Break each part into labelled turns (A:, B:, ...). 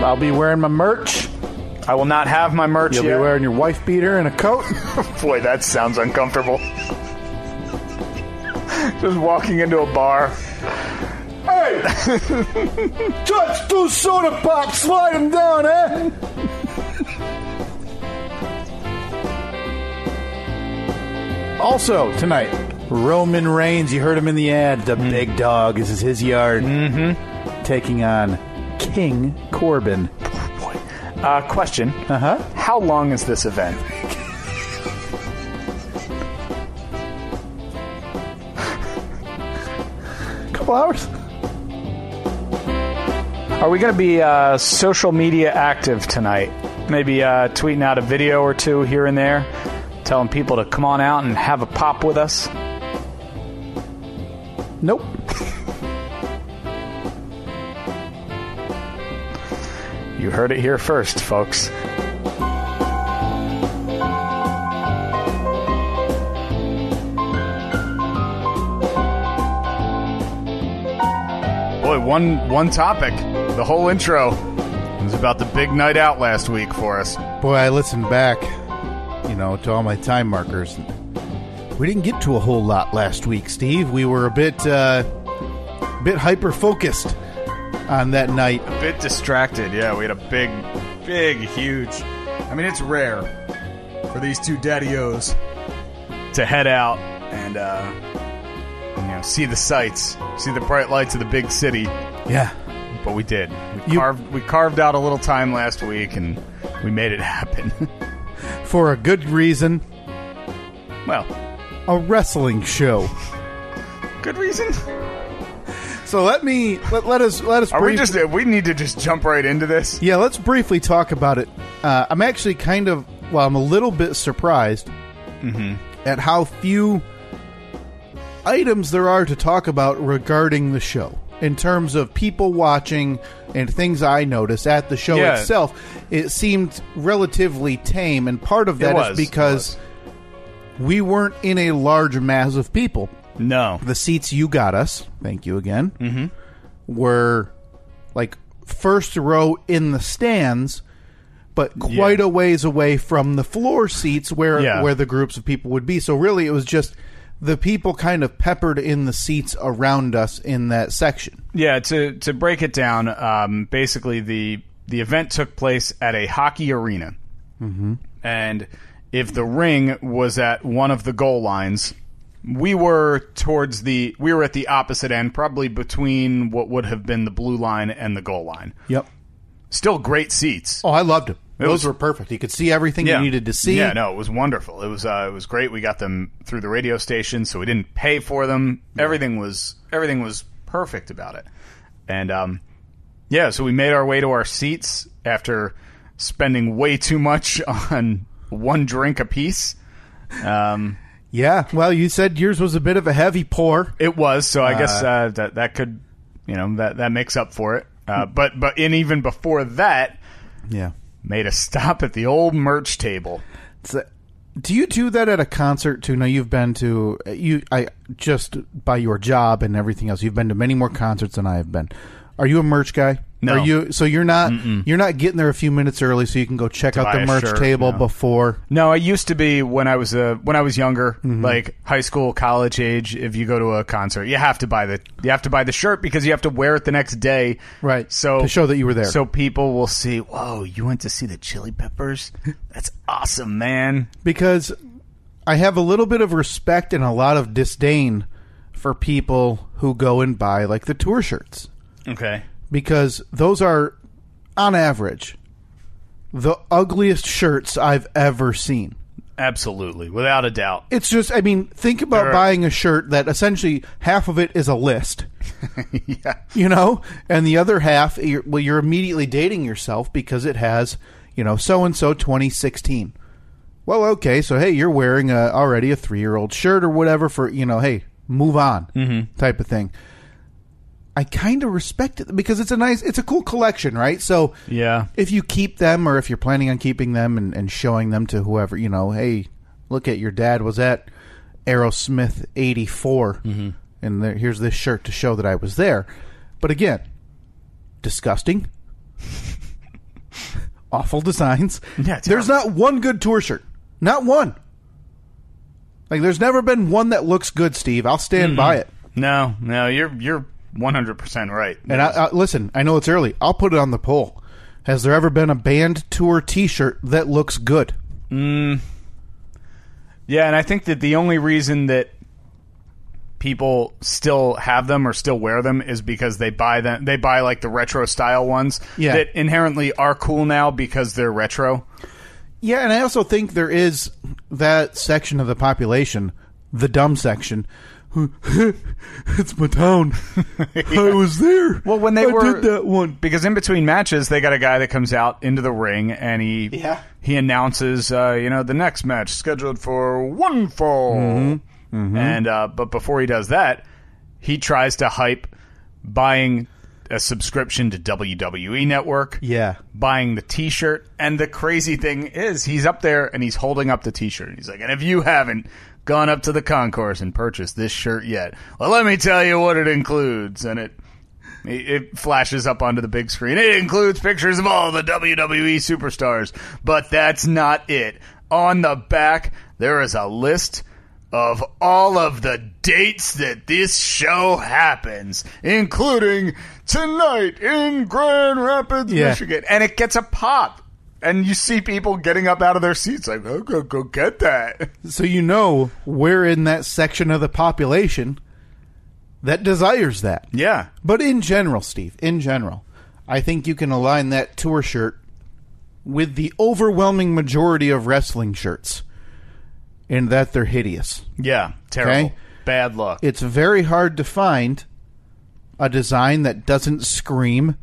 A: I'll be wearing my merch.
B: I will not have my merch
A: You'll
B: yet.
A: be wearing your wife beater and a coat.
B: Boy, that sounds uncomfortable. Just walking into a bar.
A: hey! Touch two soda pops, slide them down, eh? Also, tonight, Roman Reigns, you heard him in the ad, the big dog. This is his yard. Mm-hmm. Taking on King Corbin.
B: Uh, question:
A: Uh
C: Uh-huh.
A: huh.
B: How long is this event?
A: Couple hours.
B: Are we going to be uh, social media active tonight? Maybe uh, tweeting out a video or two here and there, telling people to come on out and have a pop with us.
A: Nope.
B: You heard it here first, folks.
C: Boy, one one topic. The whole intro was about the big night out last week for us.
A: Boy, I listened back, you know, to all my time markers. We didn't get to a whole lot last week, Steve. We were a bit, uh, bit hyper focused on that night.
C: A bit distracted, yeah. We had a big, big, huge. I mean, it's rare for these two daddios to head out and uh, you know see the sights, see the bright lights of the big city.
A: Yeah,
C: But we did. We
A: You-
C: carved we carved out a little time last week and we made it happen.
A: for a good reason.
C: well,
A: A wrestling show.
C: good reason.
A: So let me let, let us let us.
C: Are we
A: brief-
C: just we need to just jump right into this?
A: Yeah, let's briefly talk about it. Uh, I'm actually kind of, well, I'm a little bit surprised
C: Mm-hmm.
A: at how few items there are to talk about regarding the show in terms of people watching and things I noticed at the show
C: Yeah.
A: itself. It seemed relatively tame, and part of that is
C: was, it
A: because we weren't in a large mass of people
C: No.
A: the seats you got us, thank you again, mm-hmm. were like first row in the stands, but quite
C: Yeah.
A: a ways away from the floor seats where
C: Yeah.
A: where the groups of people would be. So really, it was just the people kind of peppered in the seats around us in that section.
C: Yeah, to to break it down, um, basically the the event took place at a hockey arena, and if the ring was at one of the goal lines, we were towards the we were at the opposite end, probably between what would have been the blue line and the goal line.
A: Yep.
C: Still great seats.
A: Oh, I loved them. Those
C: was-
A: were perfect. You could see everything you needed to see.
C: Yeah, no, it was wonderful. It was uh, it was great. We got them through the radio station, so we didn't pay for them. Everything was everything was perfect about it. And um, yeah, so we made our way to our seats after spending way too much on one drink apiece. Um,
A: Yeah. Well, you said yours was a bit of a heavy pour.
C: it was so. I guess uh, that that could you know that that makes up for it. Uh, but but and even before that,
A: Yeah.
C: made a stop at the old merch table.
A: So, do you do that at a concert too? Now you've been to you I just by your job and everything else. You've been to many more concerts than I have been. Are you a merch guy?
C: No.
A: Are you so you're not you're not getting there a few minutes early so you can go check out
C: buy
A: the
C: a
A: merch
C: shirt,
A: table
C: no.
A: before.
C: No, I used to be when I was uh, when I was younger,
A: Mm-hmm.
C: like high school, college age. If you go to a concert, you have to buy the you have to buy the shirt because you have to wear it the next day,
A: Right.
C: So
A: To show that you were there.
C: so people will see. Whoa, you went to see the Chili Peppers? That's awesome, man.
A: Because I have a little bit of respect and a lot of disdain for people who go and buy like the tour shirts.
C: Okay,
A: because those are, on average, the ugliest shirts I've ever seen.
C: absolutely, without a doubt.
A: It's just, I mean, think about
C: Sure.
A: buying a shirt that essentially half of it is a list,
C: yeah,
A: you know, and the other half, you're, well, you're immediately dating yourself because it has, you know, so and so 2016. Well, okay, so hey, you're wearing a, already a three year old shirt or whatever for, you know, hey, move on type of thing. I kind of respect it because it's a nice, it's a cool collection, right? So,
C: yeah.
A: if you keep them or if you're planning on keeping them and, and showing them to whoever, you know, hey, look at your dad was at Aerosmith 84
C: Mm-hmm.
A: and there, here's this shirt to show that I was there. But again, disgusting. awful designs.
C: Yeah,
A: there's
C: terrible.
A: not one good tour shirt. Not one. Like there's never been one that looks good, Steve. I'll
C: Mm-hmm.
A: stand by it.
C: No, no, you're you're 100% right.
A: And I, I, listen, I know it's early. I'll put it on the poll. Has there ever been a band tour T-shirt that looks good?
C: Yeah, and I think that the only reason that people still have them or still wear them is because they buy them. They buy like the retro style ones
A: Yeah.
C: that inherently are cool now because they're retro.
A: Yeah, and I also think there is that section of the population, the dumb section. who- it's my town. I was there.
C: Well, when they
A: I
C: were-
A: did that one.
C: Because in between matches, they got a guy that comes out into the ring and he
A: Yeah.
C: he announces, uh, you know, the next match scheduled for one fall. And uh, but before he does that, he tries to hype buying a subscription to WWE Network.
A: Yeah,
C: buying the t-shirt and the crazy thing is he's up there and he's holding up the t-shirt he's like and if you haven't gone up to the concourse and purchased this shirt yet well let me tell you what it includes and it it flashes up onto the big screen it includes pictures of all the WWE superstars but that's not it on the back there is a list of all of the dates that this show happens, including tonight in Grand Rapids,
A: Yeah.
C: Michigan. And it gets a pop. And you see people getting up out of their seats like, oh, go, go get that.
A: so you know we're in that section of the population that desires that.
C: Yeah.
A: But in general, Steve, in general, I think you can align that tour shirt with the overwhelming majority of wrestling shirts, in that they're hideous.
C: Yeah. Terrible.
A: Okay.
C: Bad luck.
A: it's very hard to find a design that doesn't scream,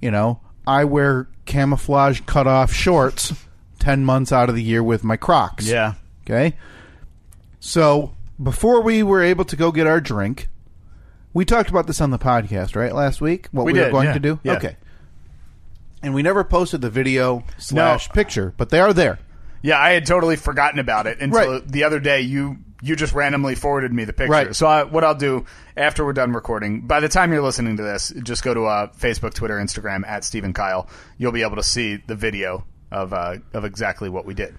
A: you know, I wear camouflage cutoff shorts 10 months out of the year with my Crocs.
C: yeah.
A: Okay. So before we were able to go get our drink, we talked about this on the podcast, right? Last week, what
C: We
A: we,
C: did,
A: were going
C: yeah,
A: to do.
C: yeah.
A: Okay. And we never posted the video slash picture, but they are there.
C: Yeah. I had totally forgotten about it until
A: Right.
C: the other day you. You just randomly forwarded me the picture.
A: Right.
C: So I, what I'll do after we're done recording, by the time you're listening to this, just go to uh, Facebook, Twitter, Instagram at Stephen Kyle. You'll be able to see the video of uh, of exactly what we did.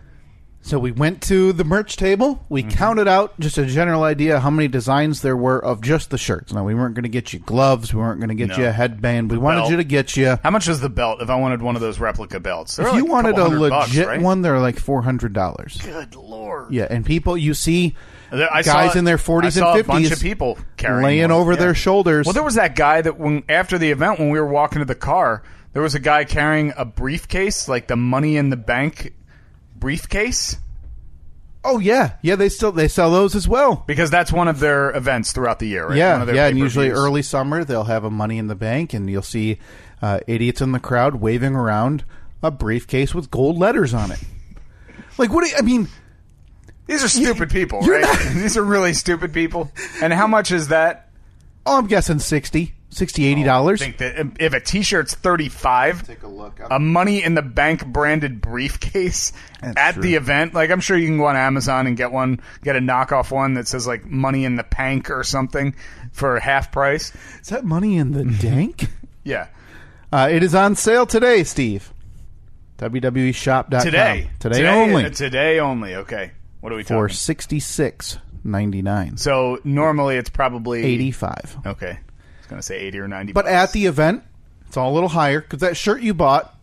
A: So we went to the merch table. We
C: Mm-hmm.
A: counted out just a general idea how many designs there were of just the shirts. Now we weren't going to get you gloves. We weren't going to get
C: No.
A: you a headband. We wanted
C: belt.
A: you to get you.
C: How much is the belt? If I wanted one of those replica belts, They're
A: If
C: like
A: you wanted a
C: couple
A: legit
C: hundred bucks, right?
A: one, they're like four hundred dollars.
C: Good lord!
A: Yeah, and people you see
C: There- I
A: guys
C: saw-
A: in their forties
C: I
A: and
C: saw
A: fifties,
C: A bunch of people carrying
A: laying
C: one,
A: over
C: yeah.
A: their shoulders.
C: Well, there was that guy that when after the event, when we were walking to the car, there was a guy carrying a briefcase, like the money in the bank briefcase,
A: oh yeah, yeah. They still they sell those as well.
C: because that's one of their events throughout the year. Right? One
A: Yeah,
C: of their
A: yeah. And usually
C: pay-per-views.
A: early summer they'll have a money in the bank, and you'll see uh, idiots in the crowd waving around a briefcase with gold letters on it. Like what? Do you, I mean.
C: These are stupid people,
A: you're
C: right? These are really stupid people. And how much is that?
A: Oh, I'm guessing 60, 60 80
C: I
A: dollars.
C: Oh, think Uh, that if a T-shirt's thirty-five,
A: Take a look.
C: a money in the bank branded briefcase
A: That's
C: at
A: true.
C: the event. Like I'm sure you can go on Amazon and get one, get a knockoff one that says like money in the pank or something for half price.
A: Is that money in the dank?
C: Yeah.
A: Uh, it is on sale today, Steve. E WWEshop.com.
C: Today.
A: Today, only
C: uh, Today only. Okay. What are we
A: for
C: talking?
A: sixty six ninety nine.
C: So normally it's probably
A: Eighty five.
C: Okay. I was going to say 80 or 90.
A: But
C: bucks.
A: at the event, it's all a little higher because that shirt you bought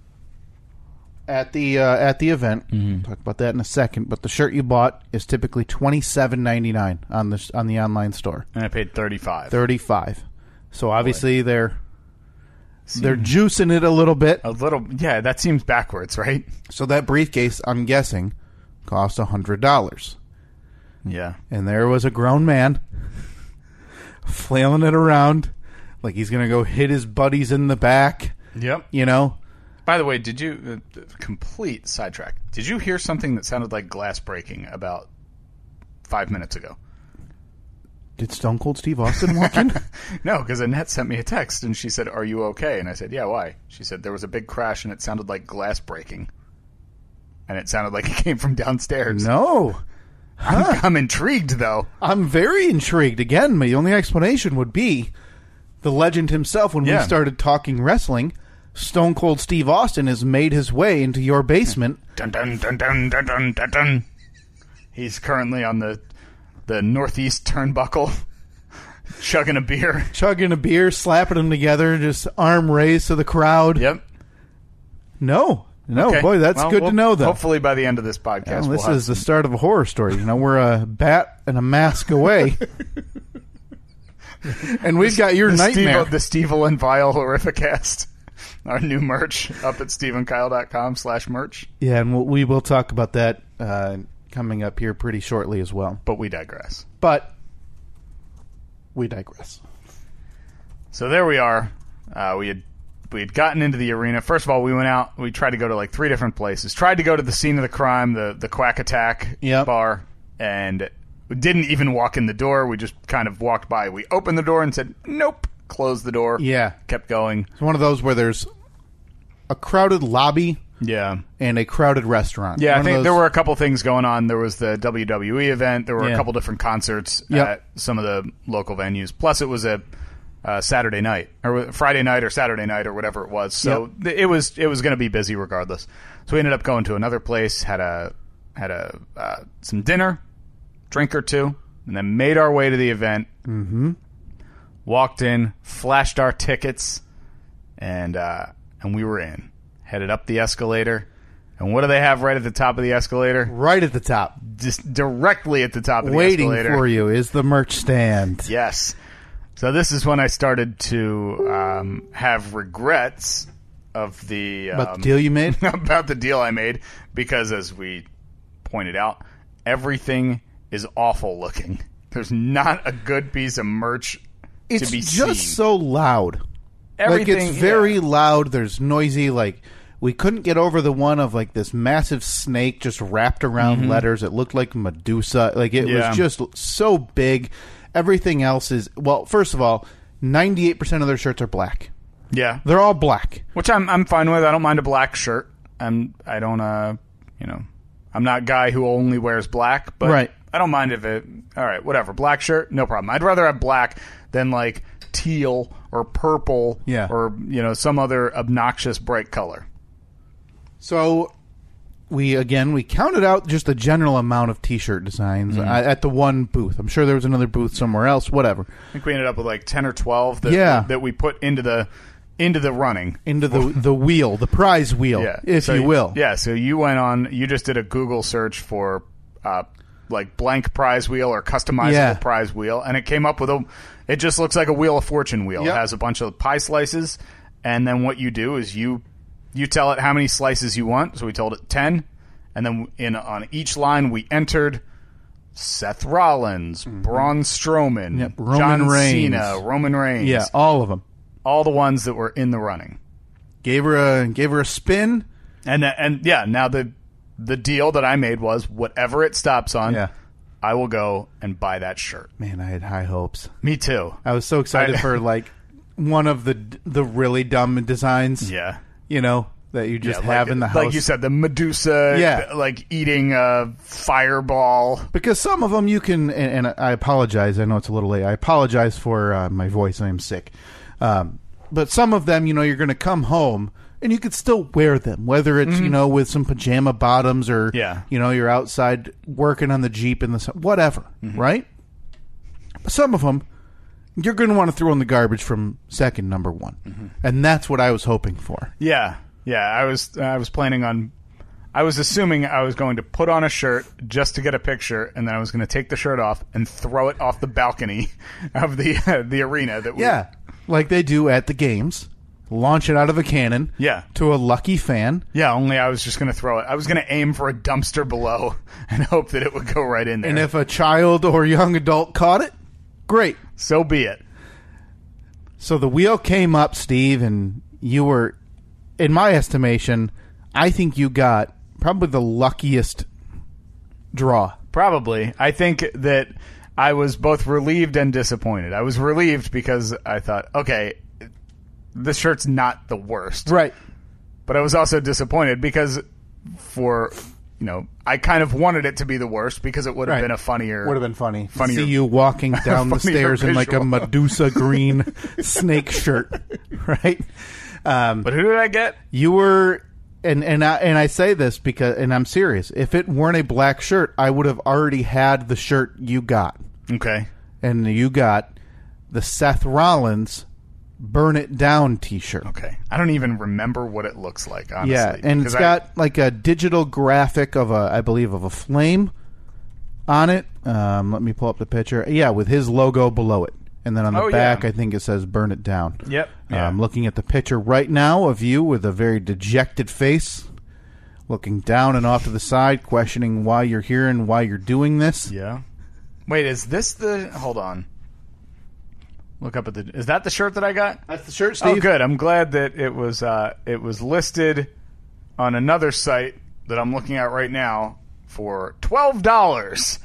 A: at the uh, at the event. Talk about that in a second. But the shirt you bought is typically twenty seven ninety nine on the on the online store.
C: and I paid 35.
A: Thirty five. So obviously they're they're juicing it a little bit.
C: a little Yeah, that seems backwards, right?
A: So that briefcase, I'm guessing, cost a hundred dollars.
C: Yeah.
A: And there was a grown man flailing it around like he's gonna go hit his buddies in the back.
C: Yep.
A: You know?
C: By the way, did you uh, complete sidetrack? Did you hear something that sounded like glass breaking about five minutes ago?
A: Did Stone Cold Steve Austin walk in?
C: No, because Annette sent me a text and she said, "Are you okay?" And I said, "Yeah, why?" She said, "There was a big crash and it sounded like glass breaking." And it sounded like it came from downstairs.
A: no.
C: I'm, I'm intrigued, though.
A: I'm very intrigued. Again, my only explanation would be the legend himself when
C: Yeah.
A: we started talking wrestling Stone Cold Steve Austin has made his way into your basement.
C: Dun dun dun dun dun dun dun. dun. He's currently on the the northeast turnbuckle, chugging a beer.
A: chugging a beer, slapping them together, just arm raised to the crowd.
C: Yep.
A: No, no,
C: Okay.
A: Oh, boy, that's
C: Well,
A: good
C: we'll-
A: to know, though.
C: Hopefully, by the end of this podcast,
A: Well,
C: we'll
A: Oh, this
C: have-
A: is the start of a horror story. You know, we're a bat and a mask away, and we've got your
C: the
A: nightmare.
C: Steve, the Steve and Vile Horrificast. Our new merch up at stephenkyle.com slash merch.
A: yeah, and we'll, we will talk about that uh, coming up here pretty shortly as well.
C: But we digress.
A: But we digress.
C: So there we are. Uh, we had we had gotten into the arena. First of all, we went out. We tried to go to like three different places. Tried to go to the scene of the crime, the the Quack Attack
A: Yep.
C: bar, and we didn't even walk in the door. We just kind of walked by. We opened the door and said, "Nope." Closed the door.
A: Yeah,
C: Kept going.
A: it's one of those where there's a crowded lobby
C: Yeah.
A: and a crowded restaurant.
C: Yeah,
A: One
C: I
A: of
C: think
A: those-
C: there were a couple things going on. There was the WWE event. There were
A: Yeah.
C: a couple different concerts
A: Yep.
C: at some of the local venues. Plus, it was a uh, Saturday night or Friday night or Saturday night or whatever it was. So th- it was it was going to be busy regardless. So we ended up going to another place, had a had a uh, some dinner, drink or two, and then made our way to the event. Mm-hmm. Walked in, flashed our tickets, and uh, and we were in. Headed up the escalator. And what do they have right at the top of the escalator?
A: right at the top,
C: Just directly at the top of the
A: waiting
C: escalator.
A: for you is the merch stand.
C: Yes. So this is when I started to um, have regrets of the, um,
A: About the deal you made.
C: about the deal I made because, as we pointed out, everything is awful looking. There's not a good piece of merch
A: it's
C: to be
A: just
C: seen.
A: so loud.
C: Everything,
A: like it's very
C: yeah.
A: loud. There's noisy. Like we couldn't get over the one of like this massive snake just wrapped around letters. It looked like Medusa. Like it
C: Mm-hmm. Yeah.
A: was just l- so big. Everything else is well. First of all, ninety eight percent of their shirts are black.
C: yeah,
A: They're all black.
C: which I'm I'm fine with. I don't mind a black shirt. I'm I don't uh you know I'm not a guy who only wears black, but
A: Right.
C: I don't mind if it. All right, whatever. Black shirt, no problem. I'd rather have black than like teal or purple,
A: Yeah.
C: or you know some other obnoxious bright color.
A: So we again we counted out just the general amount of t-shirt designs
C: Mm.
A: uh, at the one booth. I'm sure there was another booth somewhere else. Whatever.
C: I think we ended up with like ten or twelve that
A: Yeah.
C: that we put into the into the running.
A: Into the the wheel, the prize wheel,
C: Yeah,
A: if
C: So
A: you will.
C: Yeah, so you went on. You just did a Google search for uh, like blank prize wheel or customizable
A: Yeah.
C: prize wheel, and it came up with a. It just looks like a wheel of fortune wheel.
A: Yep.
C: It has a bunch of pie slices, and then what you do is you you tell it how many slices you want. So we told it ten, and then in on each line we entered. Seth Rollins, Braun Strowman,
A: Mm-hmm. Yep, Roman
C: John
A: Reigns.
C: Cena, Roman Reigns,
A: Yeah, all of them.
C: all the ones that were in the running.
A: gave her a gave her a spin.
C: And and yeah, now the the deal that I made was whatever it stops on,
A: Yeah.
C: I will go and buy that shirt.
A: Man, I had high hopes.
C: Me too.
A: I was so excited
C: I-
A: for like one of the the really dumb designs.
C: Yeah.
A: you know that you just
C: Yeah,
A: have
C: like,
A: in the house.
C: like you said, the Medusa,
A: Yeah.
C: like eating a fireball.
A: because some of them you can. And, and I apologize. I know it's a little late. I apologize for uh, my voice. I am sick. Um, but some of them, you know, you're going to come home and you could still wear them, whether it's you know with some pajama bottoms or
C: Mm-hmm. Yeah.
A: you know you're outside working on the jeep in the sun, whatever,
C: Mm-hmm.
A: right? some of them you're going to want to throw in the garbage from second number one,
C: Mm-hmm.
A: and that's what I was hoping for.
C: Yeah, yeah. I was I was planning on. I was assuming I was going to put on a shirt just to get a picture, and then I was going to take the shirt off and throw it off the balcony of the the arena. That we,
A: Yeah, like they do at the games, launch it out of a cannon.
C: Yeah.
A: to a lucky fan.
C: Yeah, only I was just going to throw it. I was going to aim for a dumpster below and hope that it would go right in there.
A: And if a child or young adult caught it, great.
C: so be it.
A: So the wheel came up, Steve, and you were, in my estimation, I think you got probably the luckiest draw.
C: Probably. I think that I was both relieved and disappointed. I was relieved because I thought, okay, this shirt's not the worst.
A: Right.
C: But I was also disappointed because for, you know, I kind of wanted it to be the worst because it would have
A: Right.
C: been a funnier.
A: Would have been funny.
C: Funnier-
A: See you walking down the
C: Funnier
A: stairs in like a
C: visual.
A: Medusa green snake shirt, right? Um,
C: But who did I get?
A: you were, and and I and I say this because, and I'm serious. If it weren't a black shirt, I would have already had the shirt you got,
C: Okay.
A: and you got the Seth Rollins "Burn It Down" T-shirt.
C: Okay. I don't even remember what it looks like, honestly.
A: Yeah, and it's
C: because I-
A: got like a digital graphic of a, I believe, of a flame on it. Um, let me pull up the picture. Yeah, with his logo below it, and then on the
C: Oh, yeah.
A: back, I think it says "Burn It Down."
C: Yep. Yeah.
A: I'm looking at the picture right now of you with a very dejected face, looking down and off to the side, questioning why you're here and why you're doing this.
C: Yeah. Wait, is this the? Hold on. Look up at the. Is that the shirt that I got?
A: That's the shirt,
C: Oh, good. I'm glad that it was. Uh, it was listed on another site that I'm looking at right now for twelve dollars,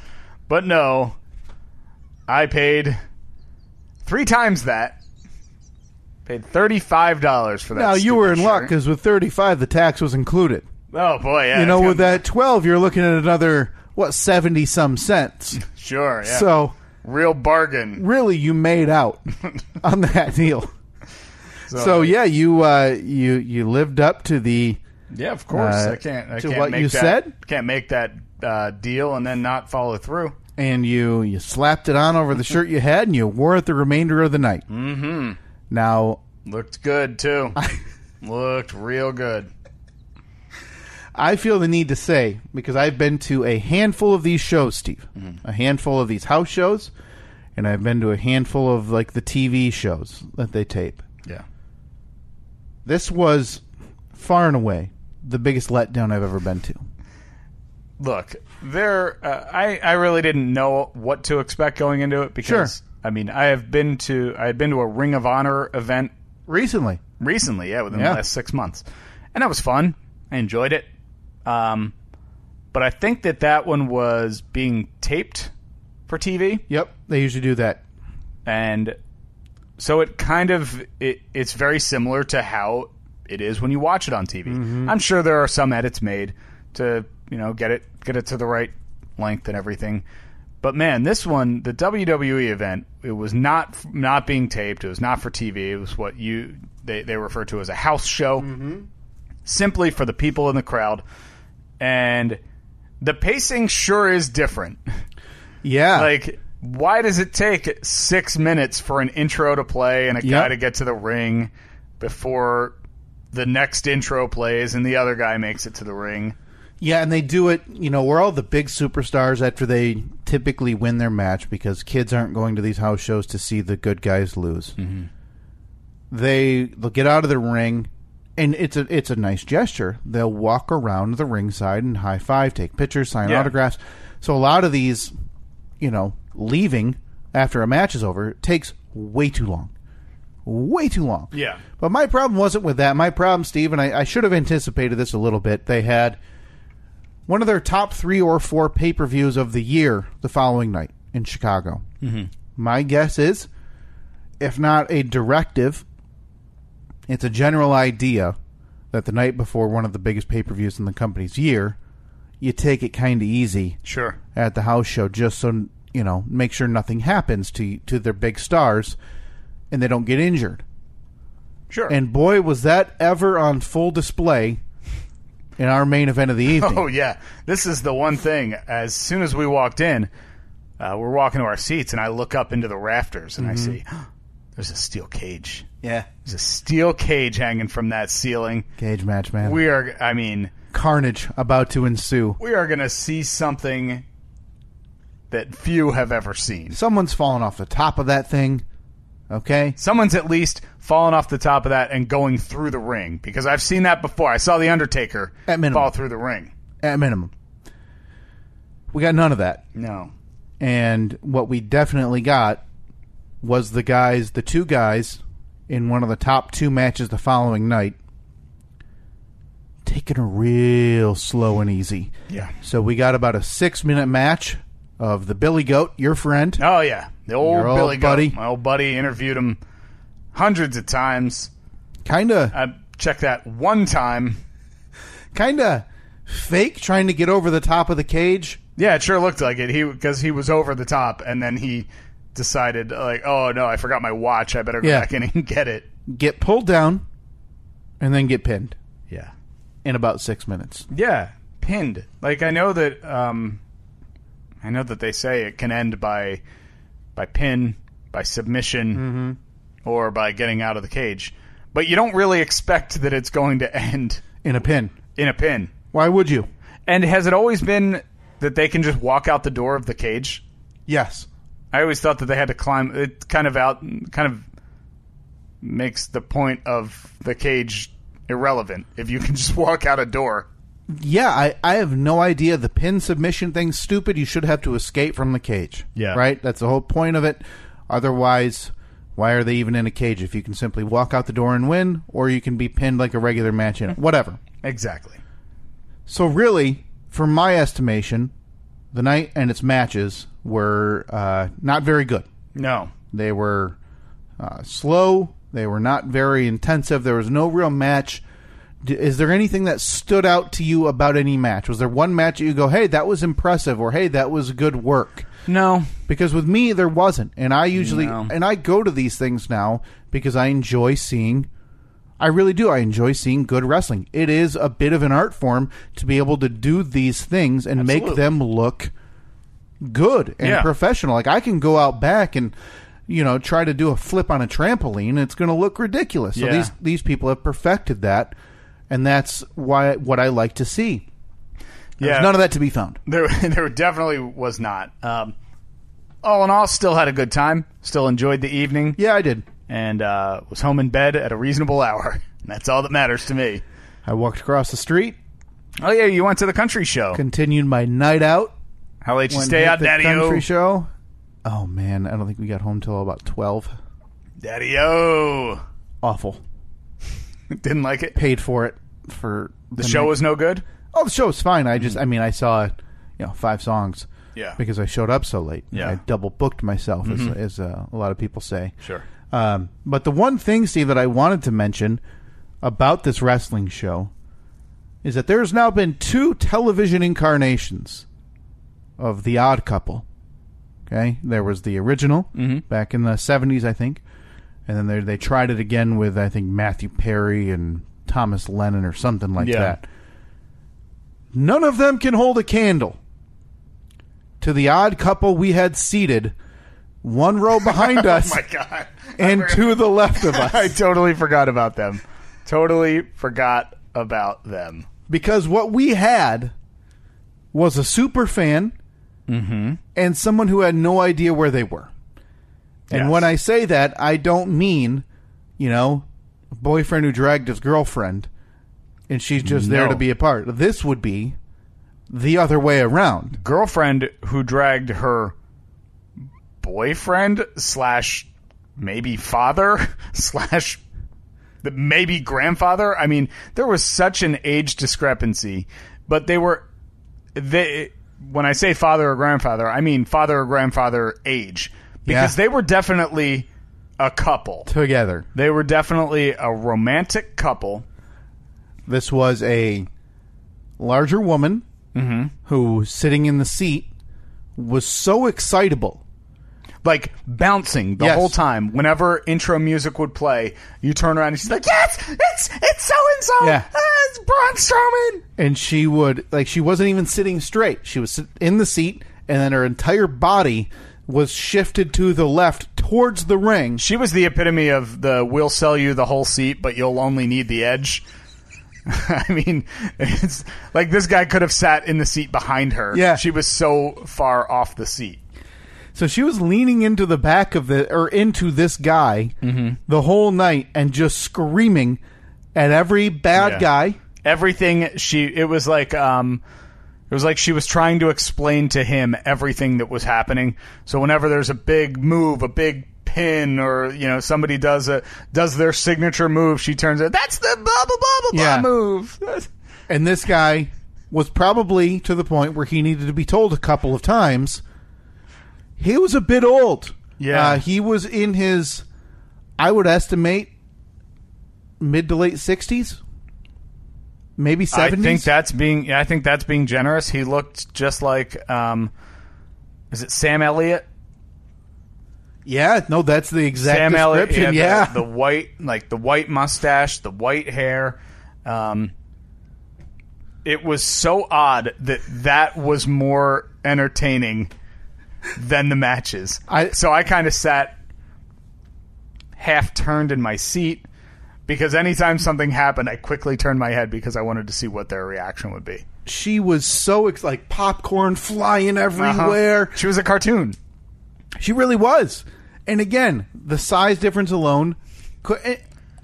C: but no, I paid three times that. Paid thirty five dollars for that.
A: Now you were in
C: stupid
A: luck
C: shirt.
A: because with 35, the tax was included.
C: Oh boy, yeah.
A: You know,
C: it's
A: with
C: gonna-
A: that 12, you're looking at another what 70 some cents.
C: Sure. Yeah.
A: So.
C: real bargain.
A: really you made out on that deal. So yeah, you uh, you you lived up to the
C: Yeah, of course.
A: Uh,
C: I can't. I
A: to
C: can't
A: what
C: make
A: you
C: that,
A: said?
C: Can't make that uh, deal and then not follow through.
A: and you you slapped it on over the shirt you had and you wore it the remainder of the night. Mm-hmm. Now
C: Looked good too. Looked real good.
A: I feel the need to say because I've been to a handful of these shows, Steve, a handful of these house shows, and I've been to a handful of like the TV shows that they tape.
C: Yeah.
A: This was far and away the biggest letdown I've ever been to.
C: Look, there. Uh, I I really didn't know what to expect going into it because
A: Sure.
C: I mean I have been to I had been to a Ring of Honor event
A: Recently,
C: recently, yeah, within
A: Yeah.
C: the last six months, and that was fun. I enjoyed it. Um, but I think that that one was being taped for TV.
A: yep, they usually do that.
C: and so it kind of it, it's very similar to how it is when you watch it on TV. I'm sure there are some edits made to you know get it get it to the right length and everything. But man, this one, the WWE event, it was not not being taped. It was not for TV. It was what you they they refer to as a house show, simply for the people in the crowd. And the pacing sure is different.
A: Yeah,
C: Like, why does it take six minutes for an intro to play and a guy
A: Yep.
C: to get to the ring before the next intro plays and the other guy makes it to the ring?
A: Yeah, and they do it, you know, where all the big superstars after they typically win their match because kids aren't going to these house shows to see the good guys lose. Mm-hmm. They they'll get out of the ring, and it's a it's a nice gesture. They'll walk around the ringside and high five, take pictures, sign
C: Yeah.
A: autographs. So a lot of these, you know, leaving after a match is over takes way too long, way too long.
C: Yeah.
A: But my problem wasn't with that. My problem, Steve, and I, I should have anticipated this a little bit. They had one of their top three or four pay per views of the year the following night in Chicago. Mm-hmm. My guess is, if not a directive, it's a general idea that the night before one of the biggest pay per views in the company's year, you take it kind of easy
C: Sure.
A: at the house show just so you know make sure nothing happens to to their big stars and they don't get injured
C: Sure.
A: and boy was that ever on full display in our main event of the evening
C: oh, yeah. This is the one thing. As soon as we walked in, uh, we're walking to our seats, and I look up into the rafters and I see there's a steel cage.
A: yeah
C: There's a steel cage hanging from that ceiling.
A: cage match man
C: We are, I mean,
A: carnage about to ensue
C: we are going to see something that few have ever seen.
A: someone's fallen off the top of that thing okay
C: someone's at least fallen off the top of that and going through the ring because I've seen that before. I saw the Undertaker
A: At minimum.
C: fall through the ring.
A: at minimum we got none of that
C: No,
A: and what we definitely got was the guys, the two guys in one of the top two matches the following night, taking it real slow and easy.
C: yeah,
A: So we got about a six minute match of the Billy Goat, your friend.
C: oh yeah, the old
A: Your old
C: Billy Goat.
A: buddy.
C: my old buddy, interviewed him hundreds of times.
A: Kind of,
C: I checked that one time.
A: kind of fake, trying to get over the top of the cage.
C: Yeah, it sure looked like it. He because he was over the top, and then he decided like, oh no, I forgot my watch. I better go
A: Yeah.
C: back in and get it.
A: get pulled down, and then get pinned
C: Yeah.
A: in about six minutes.
C: Yeah, pinned. Like I know that um I know that they say it can end by by pin, by submission, or by getting out of the cage. But you don't really expect that it's going to end
A: In a pin.
C: in a pin.
A: Why would you?
C: And has it always been that they can just walk out the door of the cage?
A: Yes.
C: I always thought that they had to climb it kind of out kind of makes the point of the cage irrelevant if you can just walk out a door.
A: Yeah, I, I have no idea. The pin submission thing's stupid. You should have to escape from the cage.
C: Yeah.
A: Right? That's the whole point of it. Otherwise, why are they even in a cage if you can simply walk out the door and win, or you can be pinned like a regular match in it? Whatever.
C: Exactly.
A: So, really, for my estimation, the night and its matches were uh, not very good.
C: No.
A: They were uh, slow. They were not very intensive. There was no real match. D- is there anything that stood out to you about any match? Was there one match that you go, hey, that was impressive, or hey, that was good work?
C: No.
A: Because with me, there wasn't. And I usually,
C: No.
A: and I go to these things now because I enjoy seeing. I really do. I enjoy seeing good wrestling. It is a bit of an art form to be able to do these things and make
C: Absolutely.
A: them look good and
C: Yeah.
A: professional. Like I can go out back and you know try to do a flip on a trampoline. It's going to look ridiculous. So
C: Yeah.
A: these these people have perfected that, and that's why what I like to see.
C: Yeah.
A: There's none of that to be found.
C: There, there definitely was not. Um, all in all, still had a good time. Still enjoyed the evening,
A: Yeah, I did.
C: and uh, was home in bed at a reasonable hour. And that's all that matters to me.
A: I walked across the street,
C: Oh yeah, you went to the country show.
A: continued my night out.
C: How late you
A: went
C: stay
A: hit
C: out,
A: the
C: Daddy
A: Country
C: O?
A: show. Oh man, I don't think we got home till about twelve.
C: Daddy O.
A: Awful.
C: Didn't like it.
A: Paid for it for
C: The show Mm. was no good.
A: Oh, the show was fine. I just, I mean, I saw, you know, five songs.
C: Yeah.
A: Because I showed up so late.
C: Yeah. Mm-hmm.
A: I double booked myself, as, as uh, a lot of people say.
C: Sure.
A: Um, but the one thing, Steve, that I wanted to mention about this wrestling show is that there's now been two television incarnations of The Odd Couple. Okay, there was the original back in the '70s, I think, and then they they tried it again with I think Matthew Perry and Thomas Lennon or something like
C: Yeah.
A: that. None of them can hold a candle to the Odd Couple we had seated one row behind us
C: My God.
A: and to the left of
C: I
A: us.
C: totally forgot about them. Totally forgot about them.
A: because what we had was a super fan
C: Mm-hmm.
A: and someone who had no idea where they were. And
C: Yes.
A: when I say that, I don't mean, you know, a boyfriend who dragged his girlfriend and she's just there
C: No.
A: to be a part. This would be the other way around.
C: girlfriend who dragged her boyfriend slash maybe father slash the maybe grandfather. I mean, there was such an age discrepancy, but they were they when I say father or grandfather, I mean father or grandfather age because
A: Yeah.
C: they were definitely a couple.
A: Together.
C: They were definitely a romantic couple.
A: This was a larger woman
C: Mm-hmm.
A: who, sitting in the seat, was so excitable
C: like bouncing the
A: Yes.
C: whole time. Whenever intro music would play, you turn around and she's like, "Yes, it's it's so and so,
A: Yeah.
C: it's Braun Strowman."
A: and she would like she wasn't even sitting straight. She was sit- in the seat, and then her entire body was shifted to the left towards the ring.
C: She was the epitome of the "We'll sell you the whole seat, but you'll only need the edge." I mean, it's like this guy could have sat in the seat behind her.
A: Yeah.
C: she was so far off the seat.
A: So she was leaning into the back of the or into this guy the whole night and just screaming at every bad
C: Yeah.
A: guy.
C: Everything she, it was like, um, it was like she was trying to explain to him everything that was happening. So whenever there's a big move, a big pin, or you know somebody does a does their signature move, she turns it. That's the blah blah blah blah
A: Yeah.
C: blah move. That's-
A: And this guy was probably to the point where he needed to be told a couple of times. He was a bit old.
C: Yeah.
A: Uh, he was in his, I would estimate, mid to late 60s, maybe 70s.
C: I think that's being. I think that's being generous. He looked just like, um, is it Sam Elliott?
A: Yeah, no, that's the exact
C: Sam Elliott,
A: description.
C: the-
A: yeah,
C: the, white, like the white mustache, the white hair. Um, it was so odd that that was more entertaining than the matches.
A: I-
C: so I kind of sat half turned in my seat because anytime something happened, I quickly turned my head because I wanted to see what their reaction would be.
A: she was so ex- like popcorn flying
C: Uh-huh.
A: everywhere.
C: She was a cartoon.
A: She really was. And again, the size difference alone, cou- eh,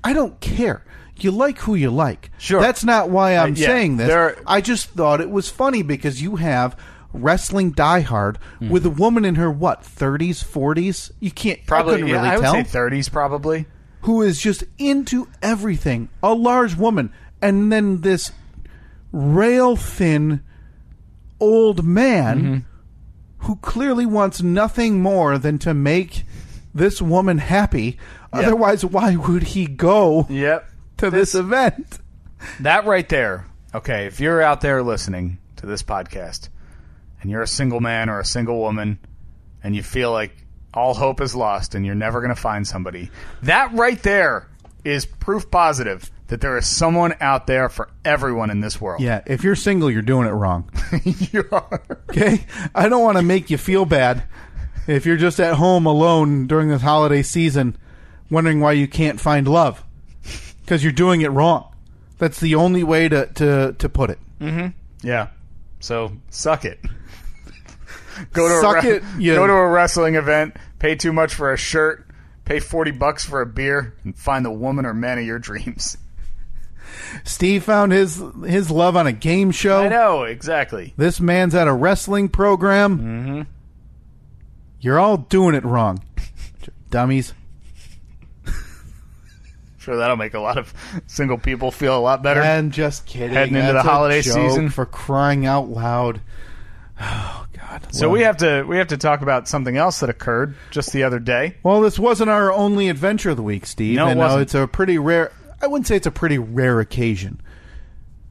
A: I don't care. You like who you like.
C: Sure.
A: That's not why I'm
C: Uh, yeah,
A: saying this.
C: there-
A: I just thought it was funny because you have wrestling diehard with a woman in her what 30s 40s you can't I
C: Mm-hmm. Probably,
A: couldn't
C: yeah,
A: really
C: I would
A: tell
C: say 30s probably.
A: who is just into everything, a large woman, and then this rail thin old man who clearly wants nothing more than to make this woman happy. Otherwise, why would he go
C: Yep.
A: to this event?
C: That right there. Okay, if you're out there listening to this podcast and you're a single man or a single woman and you feel like all hope is lost and you're never going to find somebody, that right there is proof positive that there is someone out there for everyone in this world.
A: Yeah, if you're single, you're doing it wrong.
C: you are.
A: Okay? I don't want to make you feel bad if you're just at home alone during this holiday season wondering why you can't find love because you're doing it wrong. That's the only way to, to, to put it.
C: Yeah. So suck it. go to
A: Suck
C: a
A: it, you-
C: Go to a wrestling event. Pay too much for a shirt. Pay forty bucks for a beer, and find the woman or man of your dreams.
A: Steve found his his love on a game
C: I
A: show.
C: know exactly.
A: This man's at a wrestling program. Mm-hmm. You're all doing it wrong, dummies.
C: Sure, that'll make a lot of single people feel a lot better.
A: And just kidding.
C: Heading into
A: That's
C: the
A: a
C: holiday
A: joke
C: season.
A: for crying out loud. Oh God.
C: so
A: Well-
C: we have to we have to talk about something else that occurred just the other day.
A: Well, this wasn't our only adventure of the week, Steve.
C: No, it
A: I know
C: wasn't.
A: it's a pretty rare. I wouldn't say it's a pretty rare occasion,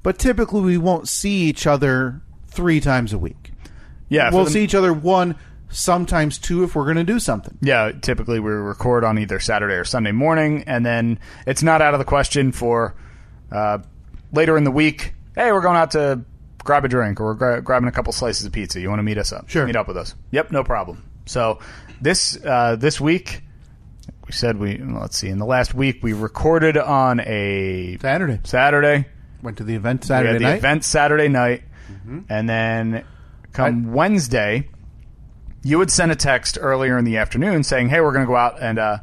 A: but typically we won't see each other three times a week.
C: Yeah, for
A: we'll
C: the-
A: see each other one, sometimes two, if we're going to do something.
C: Yeah, typically we record on either Saturday or Sunday morning, and then it's not out of the question for uh, later in the week. Hey, we're going out to grab a drink or we're gra- grabbing a couple slices of pizza. You want to meet us up?
A: Sure.
C: meet up with us. Yep, no problem. So this uh, this week, we said we let's see. In the last week, we recorded on a
A: Saturday
C: Saturday.
A: went to the event
C: We had
A: Saturday
C: the
A: night. Mm-hmm.
C: event Saturday night, and then come Wednesday, you would send a text earlier in the afternoon saying, "Hey, we're going to go out and uh,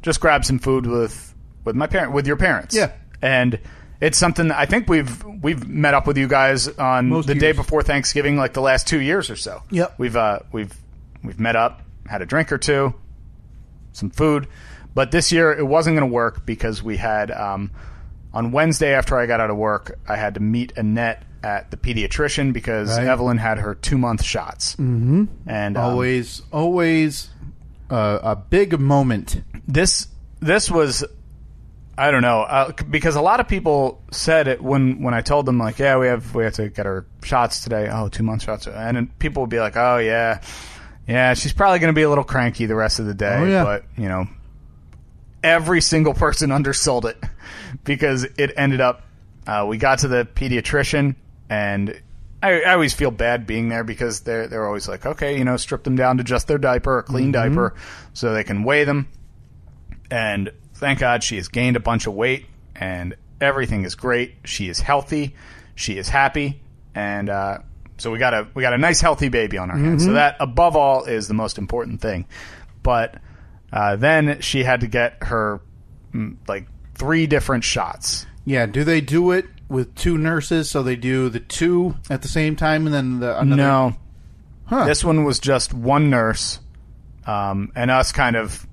C: just grab some food with with my parent with your parents."
A: Yeah.
C: and it's something that I think we've we've met up with you guys on
A: Most
C: the day
A: years.
C: before Thanksgiving, like the last two years or so.
A: Yep.
C: we've uh, we've we've met up, had a drink or two, some food. But this year it wasn't going to work because we had um, on Wednesday after I got out of work, I had to meet Annette at the pediatrician because
A: Right.
C: Evelyn had her two month shots. Mm-hmm. And um,
A: Always, always uh, a big moment.
C: this this was I don't know uh, c- because a lot of people said it when when I told them like yeah we have we have to get our shots today oh two month shots and then people would be like oh yeah yeah she's probably going to be a little cranky the rest of the day
A: Oh, yeah.
C: but you know every single person undersold it because it ended up uh, we got to the pediatrician and I, I always feel bad being there because they're they're always like okay you know strip them down to just their diaper a clean
A: Mm-hmm.
C: diaper so they can weigh them and thank God she has gained a bunch of weight and everything is great. She is healthy, she is happy, and uh, so we got a we got a nice healthy baby on our hands. So that above all is the most important thing. But uh, then she had to get her mm, like three different shots.
A: Yeah. Do they do it with two nurses? So they do the two at the same time, and then the another.
C: No,
A: Huh.
C: this one was just one nurse, um, and us kind of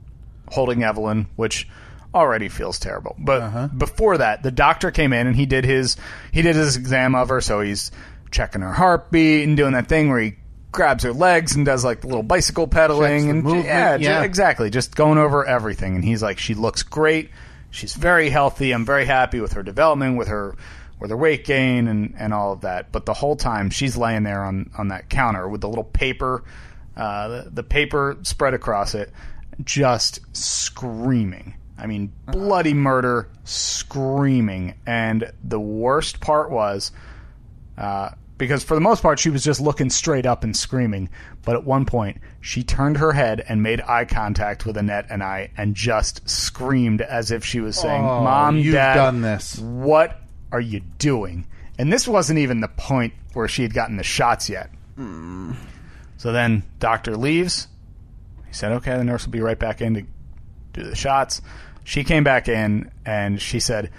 C: holding Evelyn, which already feels terrible. But
A: Uh-huh.
C: before that, the doctor came in and he did his he did his exam of her, so he's checking her heartbeat and doing that thing where he grabs her legs and does like the little bicycle
A: Checks
C: pedaling
A: the
C: and
A: movement,
C: yeah, ju-
A: yeah.
C: exactly, just going over everything. And he's like, she looks great, she's very healthy. I'm very happy with her development, with her with her weight gain and and all of that. But the whole time she's laying there on on that counter with the little paper, uh, the, the paper spread across it, just screaming. I mean, bloody murder, screaming. And the worst part was, uh, because for the most part, she was just looking straight up and screaming. But at one point, she turned her head and made eye contact with Annette and I and just screamed as if she was saying,
A: Oh,
C: Mom,
A: you've
C: Dad,
A: done this."
C: what are you doing? And this wasn't even the point where she had gotten the shots yet. So then doctor leaves. He said, "Okay, the nurse will be right back in to do the shots." She came back in and she said,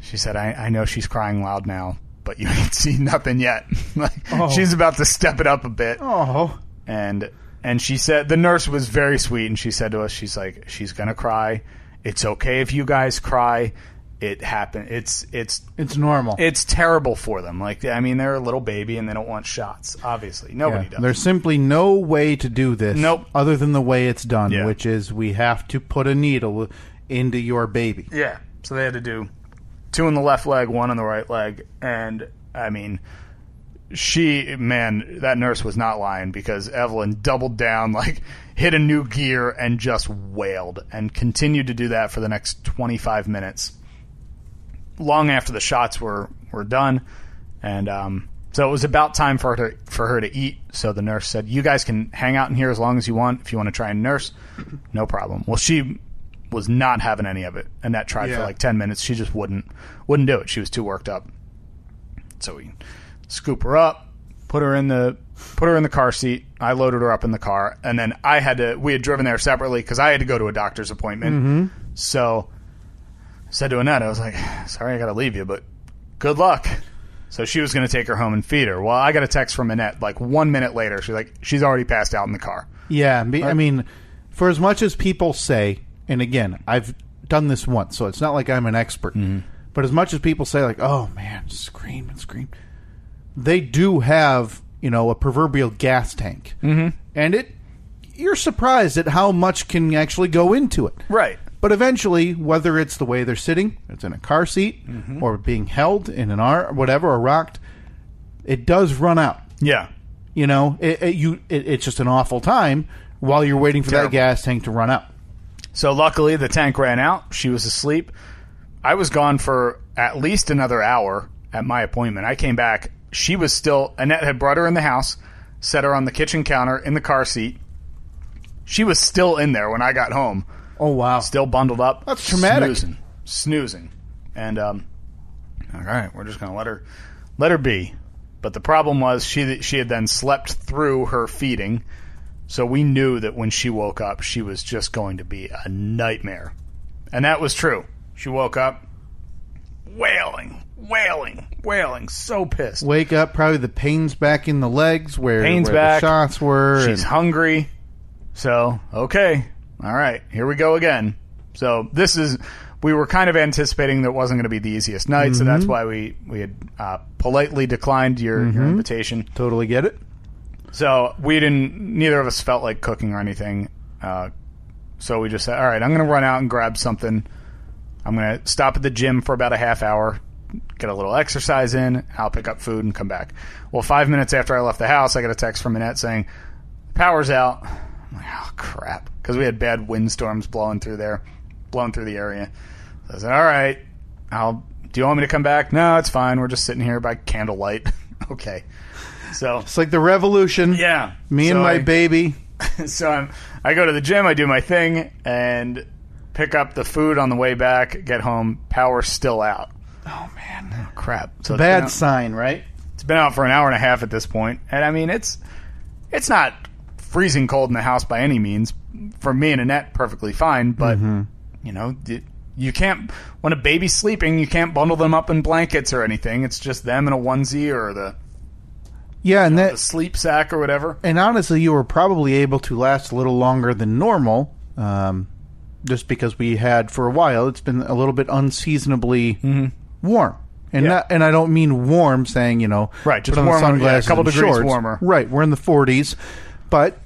C: "She said I, I know she's crying loud now, but you ain't seen nothing yet. like she's about to step it up a bit."
A: Oh,
C: and and she said the nurse was very sweet and she said to us she's like she's gonna cry it's okay if you guys cry it happened it's it's
A: it's normal.
C: it's terrible for them like i mean they're a little baby and they don't want shots obviously nobody
A: Yeah.
C: does
A: There's simply no way to do this
C: Nope.
A: other than the way it's done,
C: Yeah.
A: which is we have to put a needle into your baby.
C: yeah so they had to do two in the left leg one in the right leg and i mean she man that nurse was not lying because evelyn doubled down like hit a new gear and just wailed and continued to do that for the next 25 minutes long after the shots were were done, and um, so it was about time for her to, for her to eat. So the nurse said, "You guys can hang out in here as long as you want. If you want to try and nurse, no problem." Well, she was not having any of it, and that tried for
A: Yeah.
C: like ten minutes. She just wouldn't wouldn't do it. She was too worked up. So we scoop her up, put her in the put her in the car seat. I loaded her up in the car, and then I had to. We had driven there separately because I had to go to a doctor's appointment. So said to Annette, I was like, sorry, I got to leave you, but good luck. So she was going to take her home and feed her. Well, I got a text from Annette like one minute later. She's like, she's already passed out in the car.
A: Yeah, be- I mean, for as much as people say, and again, I've done this once, so it's not like I'm an expert.
C: Mm-hmm.
A: But as much as people say, like, "Oh man, scream and scream," they do have you know a proverbial gas tank, mm-hmm. and it you're surprised at how much can actually go into it.
C: Right.
A: But eventually, whether it's the way they're sitting, it's in a car seat,
C: Mm-hmm.
A: or being held in an arm, whatever, or rocked, it does run out.
C: Yeah.
A: You know, it, it, you it, it's just an awful time while you're waiting for
C: Terrible.
A: that gas tank to run out.
C: So luckily, the tank ran out. She was asleep. I was gone for at least another hour at my appointment. I came back. She was still, Annette had brought her in the house, set her on the kitchen counter in the car seat. She was still in there when I got home.
A: Oh wow!
C: still bundled up.
A: That's traumatic.
C: Snoozing, snoozing, and um, all right, we're just gonna let her let her be. But the problem was she she had then slept through her feeding, so we knew that when she woke up, she was just going to be a nightmare, and that was true. She woke up wailing, wailing, wailing, so pissed.
A: Wake up, probably the pains back in the legs where,
C: Pains
A: where
C: back.
A: the shots were.
C: She's
A: and-
C: hungry. So, okay. All right. Here we go again. So, this is we were kind of anticipating that it wasn't going to be the easiest night, so that's why we we had uh, politely declined your, your invitation.
A: totally get it.
C: So, we didn't neither of us felt like cooking or anything. Uh, so we just said, "All right, I'm going to run out and grab something. I'm going to stop at the gym for about a half hour." Get a little exercise in. I'll pick up food and come back. Well, five minutes after I left the house, I got a text from Annette saying, power's out. I'm like, oh crap, because we had bad windstorms blowing through there, blowing through the area. So I said, all right, I'll. Do you want me to come back? No, it's fine. We're just sitting here by candlelight. okay, so
A: It's like the revolution.
C: yeah,
A: Me and
C: So
A: my
C: I-
A: baby.
C: so I'm, I go to the gym, I do my thing, and pick up the food on the way back. Get home, power's still out. Oh man, oh, crap! So it's been
A: Bad
C: out-
A: sign, right?
C: it's been out for an hour and a half at this point, and I mean it's it's not freezing cold in the house by any means. For me and Annette, perfectly fine, but
A: Mm-hmm.
C: you know y- you can't when a baby's sleeping, you can't bundle them up in blankets or anything. It's just them in a onesie or the,
A: Yeah, and
C: the
A: that
C: sleep sack or whatever.
A: and honestly, you were probably able to last a little longer than normal, um, just because we had for a while. It's been a little bit unseasonably warm, and
C: Mm-hmm. Yeah.
A: not, and I don't mean warm, saying you know,
C: Right, just
A: put on the
C: warmer, yeah, a
A: sunglasses
C: couple
A: and
C: degrees
A: shorts.
C: warmer.
A: Right, we're in the forties, but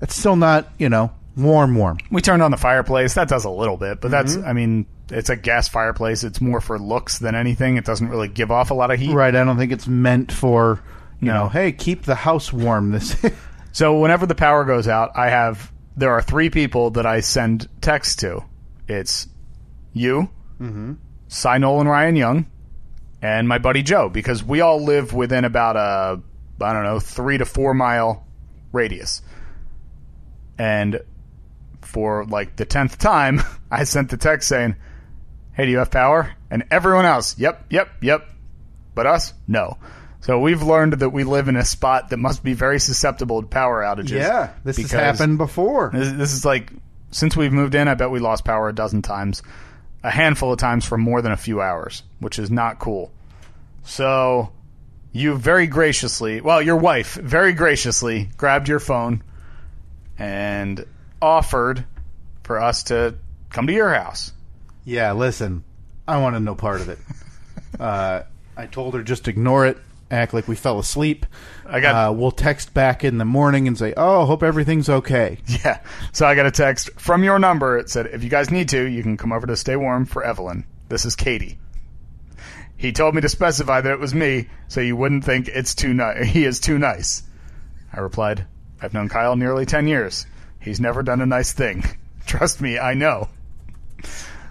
A: it's still not you know warm, warm.
C: We turned on the fireplace. That does a little bit, but that's I mean it's a gas fireplace. It's more for looks than anything. It doesn't really give off a lot of heat.
A: Right, I don't think it's meant for you
C: No.
A: know, hey, keep the house warm. This
C: So whenever the power goes out, I have there are three people that I send texts to. It's you, Cy Nolan Ryan Young, and my buddy Joe, because we all live within about a I don't know three to four mile radius. And for like the tenth time, I sent the text saying, "Hey, do you have power?" And everyone else, "Yep, yep, yep." But us, no. So we've learned that we live in a spot that must be very susceptible to power outages.
A: Yeah, this has
C: because-
A: happened before.
C: this, this is like since we've moved in, I bet we lost power a dozen times, a handful of times for more than a few hours, which is not cool. So you very graciously, well, your wife very graciously grabbed your phone and offered for us to come to your house.
A: Yeah, listen, I wanted no part of it. uh, I told her just ignore it, act like we fell asleep.
C: I got-
A: Uh, we'll text back in the morning and say, "Oh, hope everything's okay."
C: Yeah. So I got a text from your number. It said, if you guys need to, you can come over to stay warm for Evelyn. This is Katie. He told me to specify that it was me, so you wouldn't think it's too ni- he is too nice. I replied, I've known Kyle nearly 10 years. He's never done a nice thing. Trust me, I know.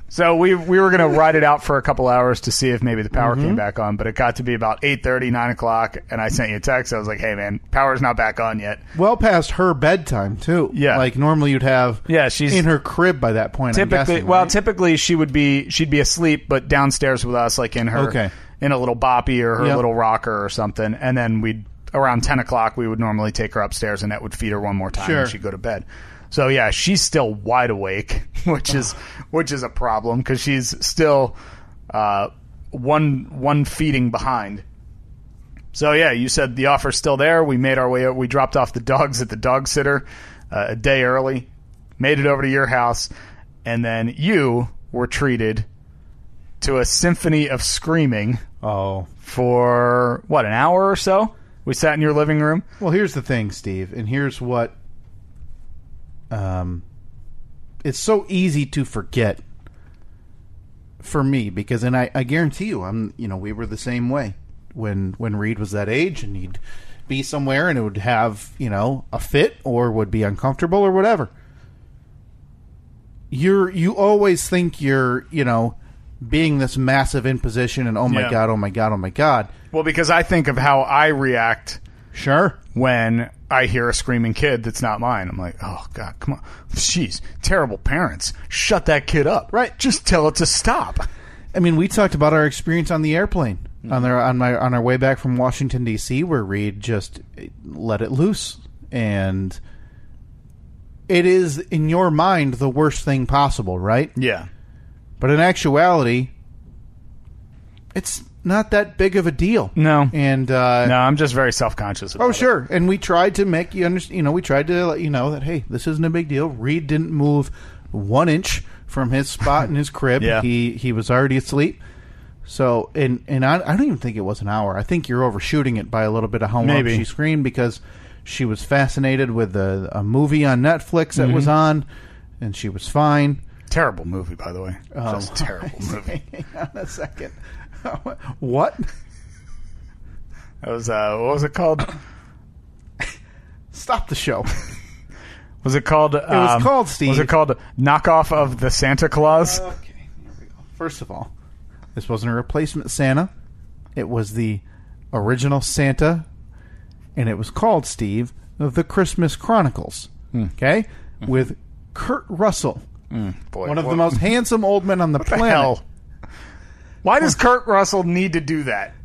C: So we we were going to ride it out for a couple hours to see if maybe the power came back on, but it got to be about 8:30, 9 o'clock, and I sent you a text. I was like, "Hey man, power's not back on yet."
A: Well past her bedtime too.
C: Yeah.
A: like normally you'd have
C: Yeah, she's-
A: in her crib by that point. I'm
C: typically
A: guessing,
C: well
A: right?
C: typically she would be she'd be asleep but downstairs with us like in her
A: Okay.
C: in a little boppy or her
A: Yep.
C: little rocker or something and then we'd around 10 o'clock we would normally take her upstairs and that would feed her one more time
A: Sure.
C: and she'd go to bed so yeah she's still wide awake which is which is a problem because she's still uh, one one feeding behind so yeah, you said the offer's still there. We made our way. We dropped off the dogs at the dog sitter uh, a day early, made it over to your house, and then you were treated to a symphony of screaming
A: oh
C: for what an hour or so. We sat in your living room.
A: well. Here's the thing, Steve, and here's what. Um, it's so easy to forget for me because, and I, I guarantee you, I'm you know we were the same way when when Reed was that age and he'd be somewhere and it would have you know a fit or would be uncomfortable or whatever. You're you always think you're you know being this massive imposition and oh my
C: Yeah.
A: god oh my god oh my god
C: Well, because I think of how I react
A: sure
C: when I hear a screaming kid that's not mine. I'm like, oh god, come on, jeez, terrible parents. Shut that kid up.
A: Right.
C: Just tell it to stop.
A: I mean, we talked about our experience on the airplane on their on my on our way back from Washington D.C., where Reed just let it loose, and it is in your mind the worst thing possible, right?
C: Yeah.
A: But in actuality, it's not that big of a deal.
C: No.
A: and uh,
C: No, I'm just very self conscious.
A: oh, sure. And we tried to make you understand. You know, we tried to let you know that hey, this isn't a big deal. Reed didn't move one inch from his spot in his crib.
C: Yeah.
A: He he was already asleep. So and and I, I don't even think it was an hour. I think you're overshooting it by a little bit of how long
C: Maybe.
A: she screamed because she was fascinated with a, a movie on Netflix that was on, and she was fine.
C: Terrible movie, by the way.
A: Oh,
C: Just terrible movie.
A: Hang on a second. what?
C: That was uh, what was it called?
A: Stop the show.
C: Was it called? It
A: was called, Steve. Uh,
C: Was it called knockoff of the Santa Claus?
A: Okay, here we go. First of all, this wasn't a replacement Santa. It was the original Santa, and it was called Steve of the Christmas Chronicles. Okay, with Kurt Russell,
C: Boy,
A: one of
C: what
A: the most handsome old men on the
C: the
A: planet.
C: hell. Why does Kurt Russell need to do that?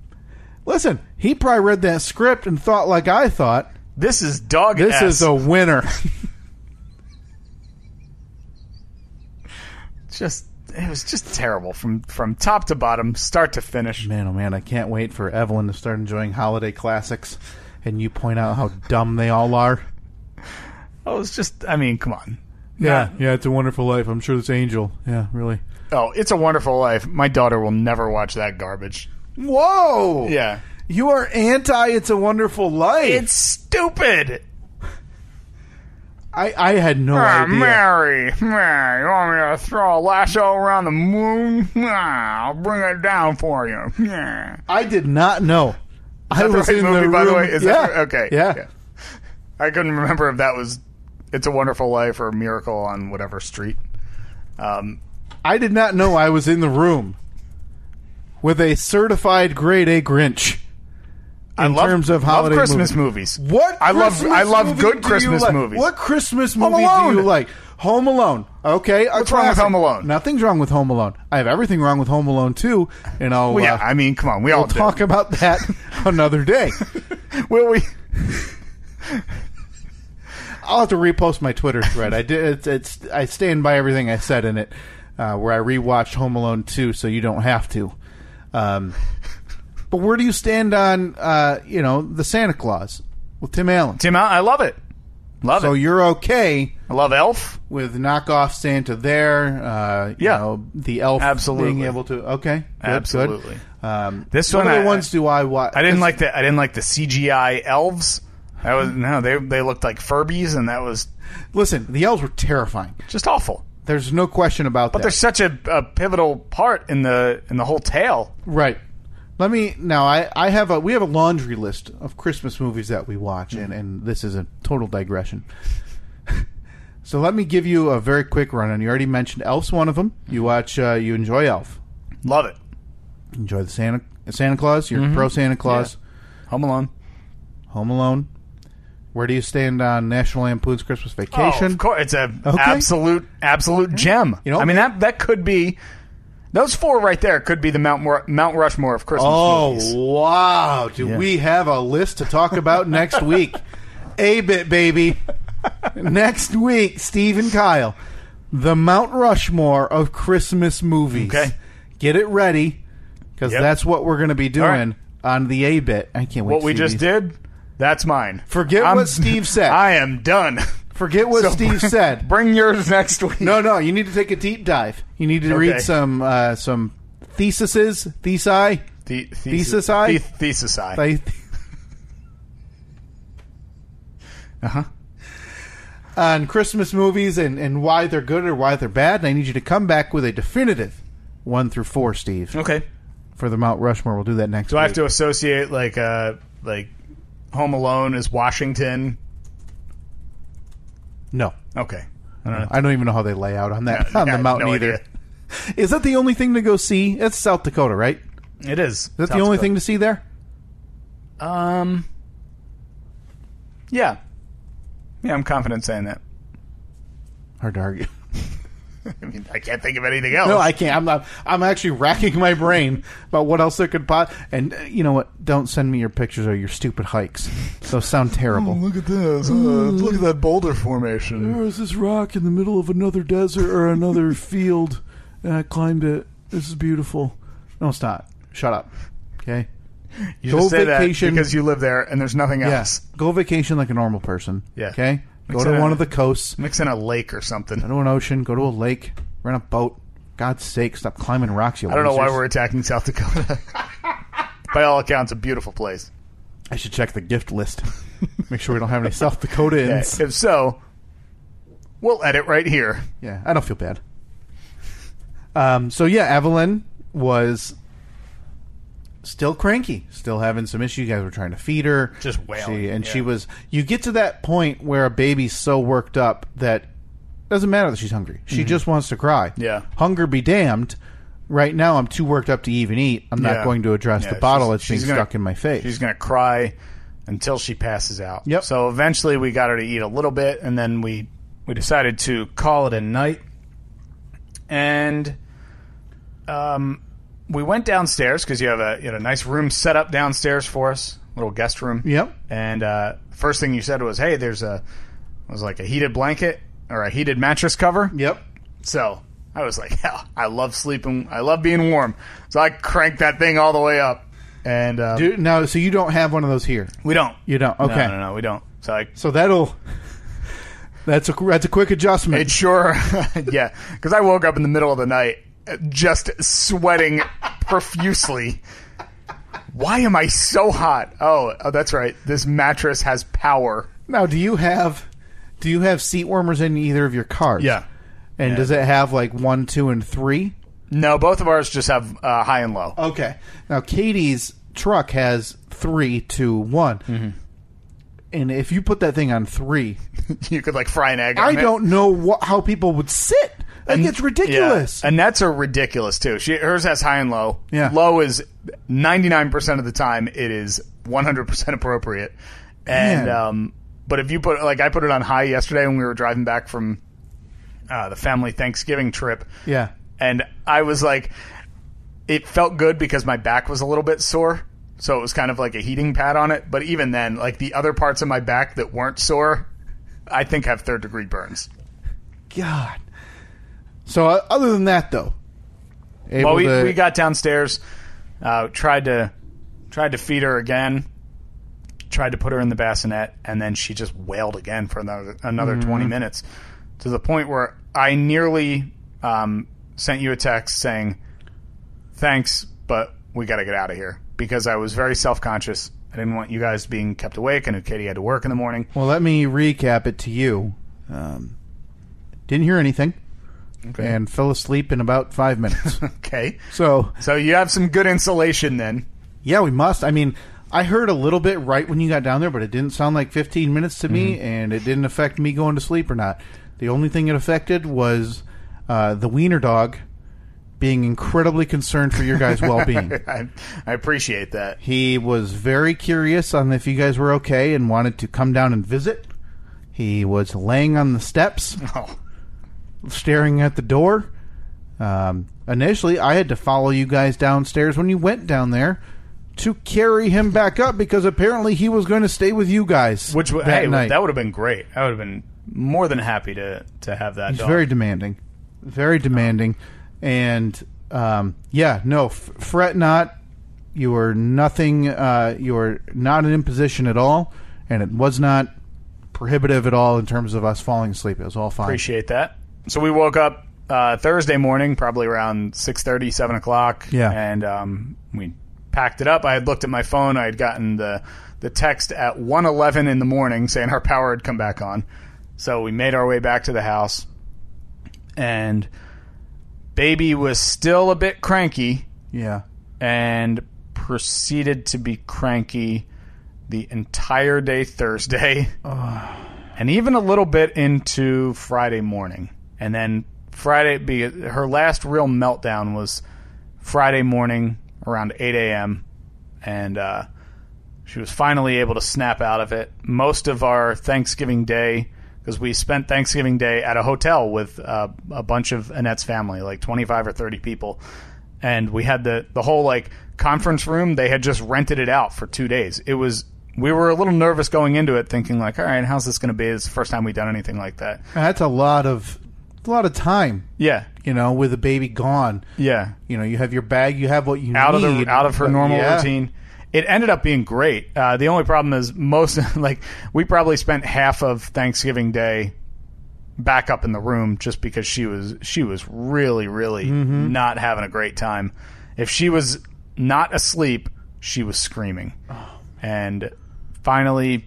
A: Listen, he probably read that script and thought like I thought.
C: This is dog.
A: This is a winner.
C: just. It was just terrible from from top to bottom, start to finish.
A: man, oh man, I can't wait for Evelyn to start enjoying holiday classics, and you point out how dumb they all are.
C: Oh, it's just. I mean, come on.
A: Yeah, yeah, it's a wonderful life. I'm sure this angel. Yeah, really.
C: Oh, it's a wonderful life. My daughter will never watch that garbage.
A: Whoa!
C: Yeah,
A: You are anti It's a Wonderful Life.
C: it's stupid.
A: I, I had no
C: Ah,
A: idea.
C: Mary, Mary, you want me to throw a lasso around the moon? Ah, I'll bring it down for you. Yeah.
A: I did not know. I
C: Is that
A: was
C: the
A: in
C: right movie,
A: the
C: by the
A: room-
C: way? Is
A: yeah.
C: that the- okay?
A: Yeah.
C: okay. I couldn't remember if that was It's a Wonderful Life or Miracle on whatever street. Um,
A: I did not know I was in the room with a certified grade A Grinch in
C: I love,
A: terms of
C: love
A: holiday
C: Christmas
A: movies.
C: movies.
A: What
C: I love-
A: Christmas
C: I love
A: movie
C: good
A: do you
C: Christmas
A: like?
C: movies.
A: What Christmas
C: Home
A: movie
C: Alone.
A: do you like? Home Alone. Okay, a
C: What's wrong with
A: classic.
C: Home Alone?
A: Nothing's wrong with Home Alone. I have everything wrong with Home Alone too, and I'll
C: Well, yeah,
A: uh,
C: I mean, come on, we all
A: we'll talk about that another day.
C: do. Will we?
A: I'll have to repost my Twitter thread. I did. It's, it's I stand by everything I said in it, uh, where I rewatched Home Alone two, so you don't have to. Um, but where do you stand on uh, you know the Santa Claus with Tim Allen?
C: Tim, I I love it. Love
A: So
C: it.
A: you're okay
C: I love Elf.
A: with knockoff Santa there? Uh, you
C: Yeah.
A: know, the elf
C: Absolutely.
A: being able to okay, good, good.
C: Absolutely.
A: Um,
C: This
A: what
C: one
A: other
C: I-
A: ones do I watch?
C: I didn't like the I didn't like the CGI elves. That was no, they they looked like Furbies, and that was
A: Listen, the elves were terrifying.
C: just awful.
A: There's no question about
C: But
A: that.
C: they're such a, a pivotal part in the in the whole tale.
A: Right. Let me now. I, I have a we have a laundry list of Christmas movies that we watch, and, and this is a total digression. so let me give you a very quick run. And you already mentioned Elf's one of them. You watch. Uh, you enjoy Elf.
C: Love it.
A: Enjoy the Santa Santa Claus. You're pro Santa Claus.
C: Home Alone.
A: Home Alone. Where do you stand on National Lampoon's Christmas
C: Oh,
A: Vacation?
C: of course, it's a
A: Okay.
C: absolute absolute gem.
A: You know-
C: I mean that that could be those four right there could be the Mount Ru- Mount Rushmore of Christmas
A: Oh,
C: movies.
A: wow! Do we have a list to talk about next week? A bit, baby. next week, Steve and Kyle, the Mount Rushmore of Christmas movies.
C: Okay.
A: get it ready because
C: Yep.
A: that's what we're going to be doing
C: right.
A: on the A bit. I can't wait.
C: What
A: to
C: we
A: see
C: just
A: these.
C: did, that's mine.
A: Forget
C: I'm-
A: what Steve said.
C: I am done.
A: Forget what
C: So-
A: Steve said.
C: Bring yours next week.
A: No, no, you need to take a deep dive. You need to read some uh, some theses, thesi,
C: The, thesis,
A: Thesis eye?
C: The, thesis eye.
A: they.
C: Uh-huh.
A: On Christmas movies and, and why they're good or why they're bad, and I need you to come back with a definitive one through four, Steve,
C: Okay.
A: for the Mount Rushmore. We'll do that next
C: Do
A: week.
C: I have to associate like uh like Home Alone is Washington?
A: No,
C: Okay.
A: I don't even know how they lay out on that on
C: I
A: the
C: have
A: mountain
C: no
A: either.
C: idea.
A: Is that the only thing to go see? That's South Dakota, right? Is
C: It is. Is
A: that the only thing to see there?
C: Um. Yeah. Yeah, I'm confident saying that.
A: Hard to argue.
C: I mean, I can't think of anything else.
A: No, I can't. I'm not. I'm actually racking my brain about what else there could pot. And uh, you know what? Don't send me your pictures or your stupid hikes. Those sound terrible.
C: look at this. Uh, look at that boulder formation.
A: is this rock in the middle of another desert or another field, and I climbed it. This is beautiful. No, it's not. Shut up. Okay.
C: You
A: Go
C: just say
A: vacation.
C: that because you live there and there's nothing else.
A: Yes. Go vacation like a normal person.
C: Yeah.
A: Okay. Go
C: Makes
A: to
C: sense.
A: one of the coasts.
C: Mix in a lake or something.
A: Go to an ocean. Go to a lake. Rent a boat. God's sake, stop climbing rocks. You
C: I don't know why
A: losers.
C: we're attacking South Dakota. By all accounts, a beautiful place.
A: I should check the gift list. Make sure we don't have any South Dakotans.
C: If so, we'll edit right here.
A: Yeah, I don't feel bad. Um, so yeah, Evelyn was still cranky, still having some issues. You guys were trying to feed her,
C: Just wailing,
A: She, and
C: yeah.
A: she was. You get to that point where a baby's so worked up that doesn't matter that she's hungry. She just wants to cry.
C: Mm-hmm. Yeah.
A: hunger be damned. Right now, I'm too worked up to even eat. I'm not
C: Yeah.
A: going to address
C: Yeah,
A: the bottle
C: she's-
A: that's being
C: she's gonna-
A: stuck in my face.
C: She's going to cry until she passes out.
A: Yep.
C: So eventually we got her to eat a little bit, and then we, we decided to call it a night. And um, we went downstairs because you, have a- you had a nice room set up downstairs for us, little guest room.
A: Yep.
C: And uh, first thing you said was, "Hey, there's a was like a heated blanket or a heated mattress cover."
A: Yep.
C: So I was like, "Hell, I love sleeping. I love being warm." So I cranked that thing all the way up, and uh,
A: Dude, no. So you don't have one of those here.
C: we don't.
A: You don't. Okay.
C: No, no, no, we don't. So I,
A: So that'll. That's a that's a quick adjustment.
C: it sure, yeah, because I woke up in the middle of the night uh, just sweating profusely. Why am I so hot? Oh, oh, that's right. This mattress has power.
A: Now, do you have do you have seat warmers in either of your cars? And does it have like one, two, and three?
C: No, both of ours just have uh, high and low. Mm-hmm.
A: Okay. Now Katie's truck has three, two, one. and if you put that thing on three,
C: you could like fry an egg.
A: I
C: on it.
A: don't know what, how people would sit. Like it's ridiculous.
C: Yeah. And that's are ridiculous too. She hers has high and low.
A: Yeah.
C: Low is ninety nine percent of the time it is one hundred percent appropriate. And
A: Man.
C: um but if you put like I put it on high yesterday when we were driving back from uh, the family Thanksgiving trip.
A: Yeah.
C: And I was like it felt good because my back was a little bit sore. So it was kind of like a heating pad on it. But even then, like the other parts of my back that weren't sore, I think have third degree burns.
A: God. So uh, other than that, though, able
C: Well, we,
A: to-
C: we got downstairs, uh, tried to tried to feed her again, tried to put her in the bassinet, and then she just wailed again for another another twenty minutes, to the point where I nearly um, sent you a text saying, "Thanks, but we got to get out of here," because I was very self conscious. I didn't want you guys being kept awake. I knew Katie had to work in the morning.
A: Well, let me recap it to you. Um, didn't hear anything and fell asleep in about five minutes.
C: Okay,
A: so,
C: so you have some good insulation then.
A: yeah, we must. I mean, I heard a little bit right when you got down there, but it didn't sound like 15 minutes to me, and it didn't affect me going to sleep or not. The only thing it affected was uh, the wiener dog being incredibly concerned for your guys' well being.
C: I, I appreciate that.
A: He was very curious on if you guys were okay and wanted to come down and visit. He was laying on the steps.
C: Oh.
A: staring at the door. Um, initially, I had to follow you guys downstairs when you went down there to carry him back up because apparently he was going to stay with you guys.
C: Which w-
A: that
C: hey,
A: night.
C: that would have been great. I would have been more than happy to to have that.
A: He's
C: dog.
A: very demanding, very demanding, and um, yeah, no, f- fret not. You are nothing. Uh, you are not an imposition at all, and it was not prohibitive at all in terms of us falling asleep. It was all fine.
C: appreciate that. So we woke up uh, Thursday morning, probably around 6.30, 7 o'clock.
A: Yeah.
C: and um, we packed it up. I had looked at my phone. I had gotten the the text at one eleven in the morning saying our power had come back on. So we made our way back to the house, and baby was still a bit cranky.
A: Yeah.
C: and proceeded to be cranky the entire day Thursday, and even a little bit into Friday morning. And then Friday, be her last real meltdown was Friday morning around 8 a.m. and uh, she was finally able to snap out of it. Most of our Thanksgiving Day. Because we spent Thanksgiving Day at a hotel with uh, a bunch of Annette's family, like 25 or 30 people and we had the the whole like conference room they had just rented it out for two days it was we were a little nervous going into it thinking like all right how's this going to be it's the first time we've done anything like that
A: That's a lot of a lot of time.
C: yeah
A: You know, with the baby gone.
C: yeah
A: you know you have your bag you have what you
C: out
A: need
C: of the out of her
A: but
C: normal
A: yeah.
C: routine it ended up being great uh, the only problem is most like we probably spent half of thanksgiving day back up in the room just because she was she was really really
A: Mm-hmm.
C: not having a great time if she was not asleep she was screaming
A: Oh.
C: and finally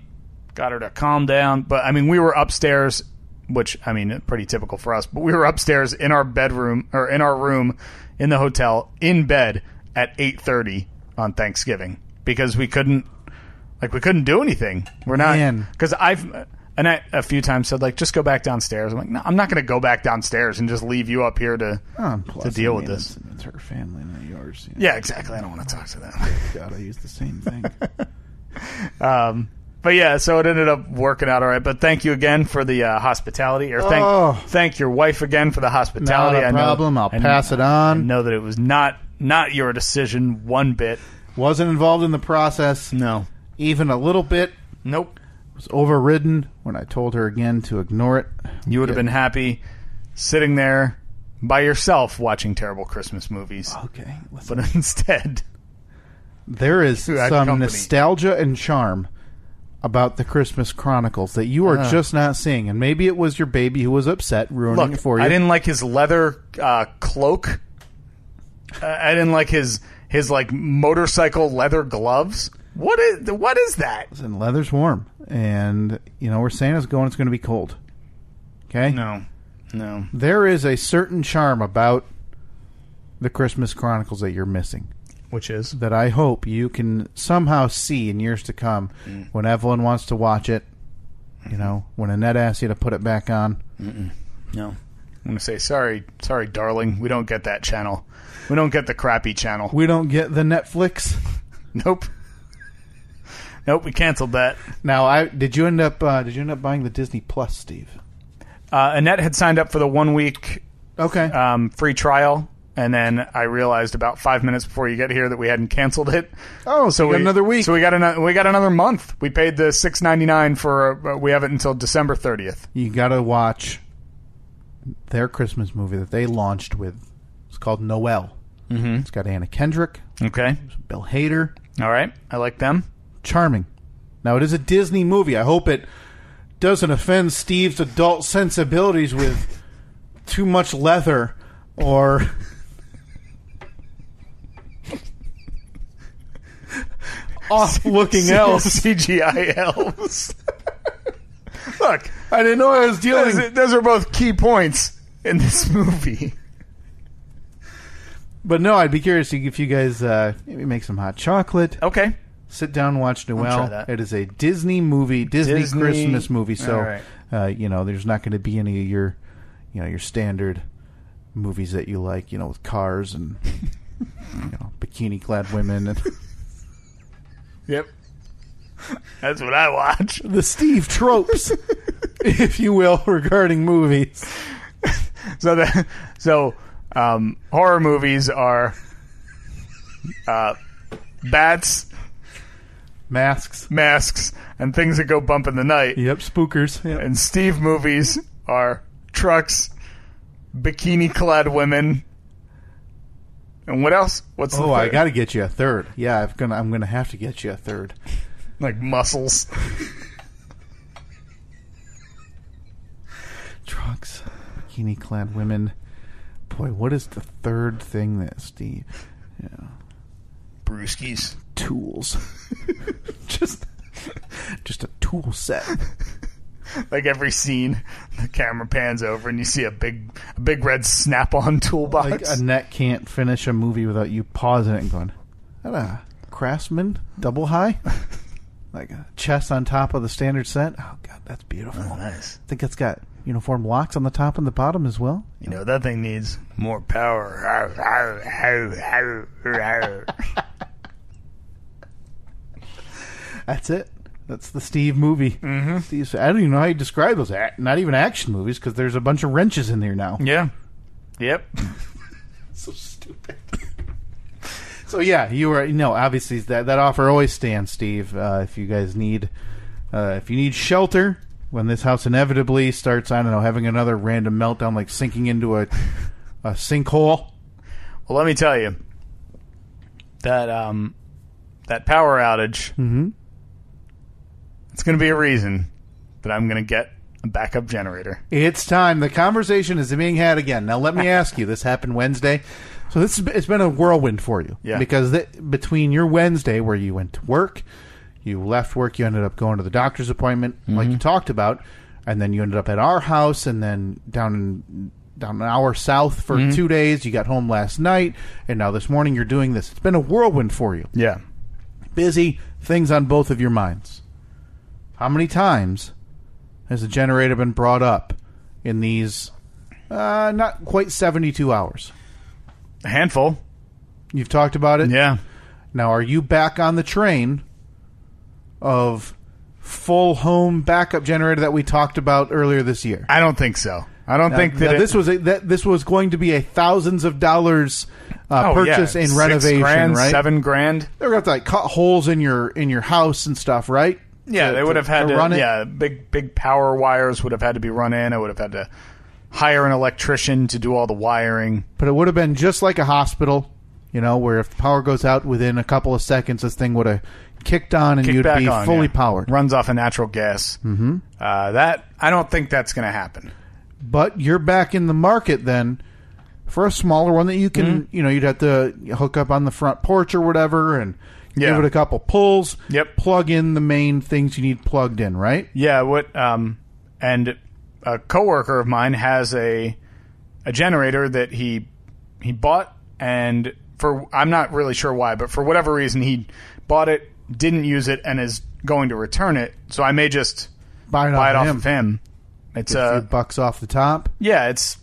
C: got her to calm down. But I mean, we were upstairs, which I mean, pretty typical for us. But we were upstairs in our bedroom or in our room in the hotel in bed at eight thirty on Thanksgiving because we couldn't, like, we couldn't do anything. We're not
A: Man.
C: because I've. And I, a few times said like, just go back downstairs. I'm like, no, I'm not going to go back downstairs and just leave you up here to.
A: Oh, and plus,
C: to deal
A: I
C: with
A: mean,
C: this.
A: It's, it's her family, not yours. You know,
C: Yeah, exactly. I don't want to talk to them.
A: God, I use the same thing.
C: Um, but yeah, so it ended up working out all right. But thank you again for the uh, hospitality, or thank
A: Oh.
C: thank your wife again for the
A: not
C: hospitality.
A: a
C: I know-
A: problem. I'll
C: I kn-
A: pass it
C: I
A: on.
C: know that it was not not your decision one bit.
A: Wasn't involved in the process
C: No,
A: even a little bit.
C: nope.
A: Was overridden when I told her again to ignore it.
C: You would have been happy sitting there by yourself watching terrible Christmas movies,
A: Okay, listen.
C: but instead,
A: there is
C: had
A: some
C: company.
A: nostalgia and charm about the Christmas Chronicles that you are
C: Uh.
A: just not seeing, and maybe it was your baby who was upset, ruining
C: look.
A: it for you.
C: I didn't like his leather uh, cloak. Uh, I didn't like his his like motorcycle leather gloves. What is what is that?
A: and leather's warm, and you know where Santa's going. It's going to be cold. Okay.
C: No, no.
A: There is a certain charm about the Christmas Chronicles that you're missing.
C: which is
A: that I hope you can somehow see in years to come when Evelyn wants to watch it. You know, when Annette asks you to put it back on.
C: no. I'm gonna say sorry, sorry, darling. We don't get that channel. We don't get the crappy channel.
A: We don't get the Netflix.
C: nope. nope. We canceled that.
A: Now, I did you end up uh, did you end up buying the Disney Plus, Steve?
C: Uh, Annette had signed up for the one week
A: Okay.
C: um, free trial, and then I realized about five minutes before you get here that we hadn't canceled it.
A: oh, so, we got another week.
C: So we got another. We got another month. We paid the six ninety nine for. Uh, we have it until December thirtieth.
A: you got to watch their Christmas movie that they launched with. It's called Noel. Mm-hmm. It's got Anna Kendrick,
C: Okay.
A: Bill Hader,
C: All right. I like them.
A: charming. Now it is a Disney movie. I hope it doesn't offend Steve's adult sensibilities with too much leather or off-looking elves.
C: CGI elves. Look,
A: I didn't know I was dealing.
C: those, those are both key points in this movie.
A: But no, I'd be curious if you guys uh, maybe make some hot chocolate.
C: Okay.
A: Sit down, watch
C: try
A: Noel.
C: that.
A: It is a Disney movie, Disney,
C: Disney-
A: Christmas movie. So
C: All right.
A: uh, you know, there's not going to be any of your, you know, your standard movies that you like. You know, with cars and you know, bikini-clad women and
C: Yep. That's what I watch.
A: the Steve tropes, if you will, regarding movies.
C: So the so um, horror movies are uh, bats,
A: Masks.
C: masks, and things that go bump in the night.
A: Yep, spookers. Yep.
C: And Steve movies are trucks, bikini-clad women, and what else? What's the
A: Oh, I
C: third?
A: got to get you a third. Yeah, I'm gonna I'm gonna have to get you a third.
C: like muscles.
A: trucks, bikini clad women. Boy, what is the third thing that Steve? Yeah,
C: Brewskis.
A: tools. just, just a tool set.
C: Like every scene, the camera pans over and you see a big, a big red snap-on toolbox.
A: Like Annette can't finish a movie without you pausing it and going, "Is "That a Craftsman double high." Like a chest on top of the standard set. Oh god, that's beautiful.
C: Oh,
A: I
C: nice.
A: think it's got uniform locks on the top and the bottom as well.
C: You know that thing needs more power.
A: That's it. That's the Steve movie. Mm-hmm. Steve's, I don't even know how you describe those. ac- Not even action movies because there's a bunch of wrenches in there now.
C: yeah. Yep.
A: so stupid. so yeah, you were no. Obviously, that that offer always stands, Steve. Uh, if you guys need, uh, if you need shelter when this house inevitably starts, I don't know, having another random meltdown, like sinking into a a sinkhole.
C: Well, let me tell you that um, that power outage.
A: Mm-hmm.
C: It's going to be a reason that I'm going to get a backup generator.
A: It's time. The conversation is being had again. Now, let me ask you. This happened Wednesday, so this has been- it's been a whirlwind for you.
C: Yeah.
A: Because th- between your Wednesday, where you went to work, you left work, you ended up going to the doctor's appointment, like you talked about, and then you ended up at our house, and then down in down an hour south for two days. You got home last night, and now this morning you're doing this. It's been a whirlwind for you
C: Yeah.
A: busy things on both of your minds. How many times has the generator been brought up in these uh, not quite 72 hours?
C: A handful.
A: You've talked about it.
C: Yeah.
A: Now, are you back on the train of full home backup generator that we talked about earlier this year?
C: I don't think so. I don't think that
A: Now,
C: it-
A: this was a, that this was going to be a thousands of dollars uh,
C: Oh, yeah.
A: purchase and
C: Six
A: renovation,
C: grand,
A: right?
C: Seven grand.
A: They were going to like cut holes in your in your house and stuff, right?
C: Yeah,
A: To-
C: they would
A: to-
C: have had
A: to
C: to,
A: run it?
C: Yeah, big big power wires would have had to be run in. I would have had to hire an electrician to do all the wiring.
A: but it would have been just like a hospital, you know, where if the power goes out within a couple of seconds, this thing would have kicked on and
C: Kick
A: you'd
C: back
A: be
C: on,
A: fully
C: yeah.
A: powered.
C: Runs off of natural gas. Mm-hmm. Uh, that I don't think that's going to happen.
A: But you're back in the market then for a smaller one that you can,
C: Mm-hmm.
A: you know, you'd have to hook up on the front porch or whatever and
C: Yeah.
A: give it a couple pulls.
C: Yep.
A: Plug in the main things you need plugged in, right?
C: Yeah, what um and a coworker of mine has a a generator that he he bought and for I'm not really sure why, but for whatever reason he bought it, didn't use it, and is going to return it. So I may just
A: Buy it
C: buy it
A: off
C: off
A: him.
C: of him. It's
A: Get a
C: uh,
A: few bucks off the top.
C: yeah, it's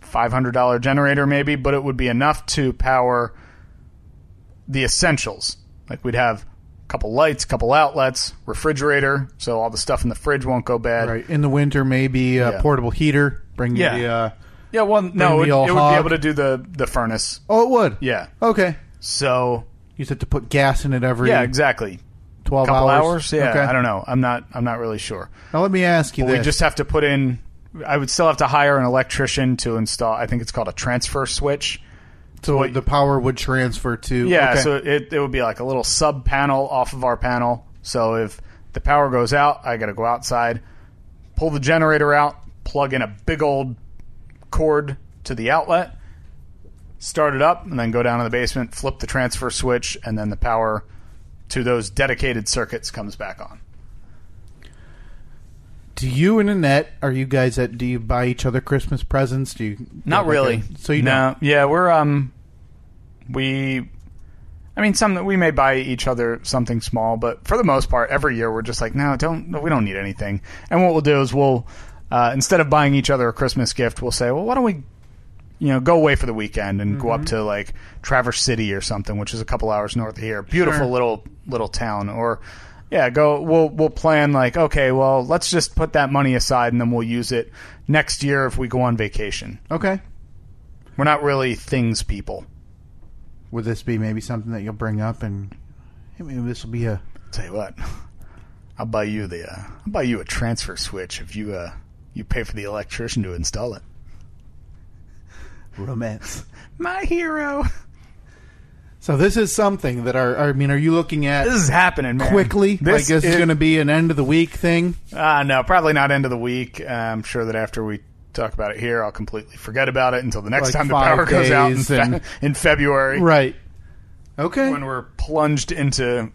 C: five hundred dollar generator maybe, but it would be enough to power the essentials. Like we'd have a couple lights, couple outlets, refrigerator, so all the stuff in the fridge won't go bad.
A: Right in the winter, maybe a
C: Yeah.
A: portable heater. Bring you
C: Yeah.
A: the. Uh,
C: Yeah, well, no, it, would-
A: the old
C: it would be
A: hog.
C: able to do the the furnace.
A: oh, it would.
C: Yeah,
A: Okay.
C: so
A: You just have to put gas in it every
C: yeah, exactly.
A: twelve
C: couple
A: hours.
C: hours. Yeah,
A: Okay.
C: I don't know. I'm not. I'm not really sure.
A: Now let me ask you
C: We
A: this.
C: just have to put in. I would still have to hire an electrician to install. I think it's called a transfer switch.
A: so the power would transfer to.
C: Yeah,
A: okay.
C: so it, it would be like a little sub panel off of our panel. So if the power goes out, I got to go outside, pull the generator out, plug in a big old cord to the outlet, start it up, and then go down to the basement, flip the transfer switch, and then the power to those dedicated circuits comes back on.
A: do you and Annette are you guys at? Do you buy each other Christmas presents? Do you?
C: Not
A: Okay.
C: really.
A: So you
C: no. Yeah, we're um, we, I mean, some that we may buy each other something small, but for the most part, every year we're just like, no, don't, no, we don't need anything. And what we'll do is we'll, uh, instead of buying each other a Christmas gift, we'll say, well, why don't we, you know, go away for the weekend and go
A: Mm-hmm.
C: up to like Traverse City or something, which is a couple hours north of here, beautiful
A: Sure.
C: little little town, or. Yeah, go. We'll we'll plan like okay. Well, let's just put that money aside, and then we'll use it next year if we go on vacation.
A: Okay.
C: We're not really things people.
A: Would this be maybe something that you'll bring up and? hey, Maybe this will be a.
C: Tell you what, I'll buy you the uh, I'll buy you a transfer switch if you uh you pay for the electrician to install it.
A: Romance.
C: My hero.
A: So this is something that are. I mean, are you looking at
C: This is happening man.
A: quickly? like
C: This
A: this is,
C: is-
A: going to be an end of the week thing.
C: Uh, no, probably not end of the week. Uh, I'm sure that after we talk about it here, I'll completely forget about it until the next
A: Like
C: time the
A: five
C: power goes out in,
A: days
C: fe-
A: and-
C: in February
A: Right. Okay.
C: when we're plunged into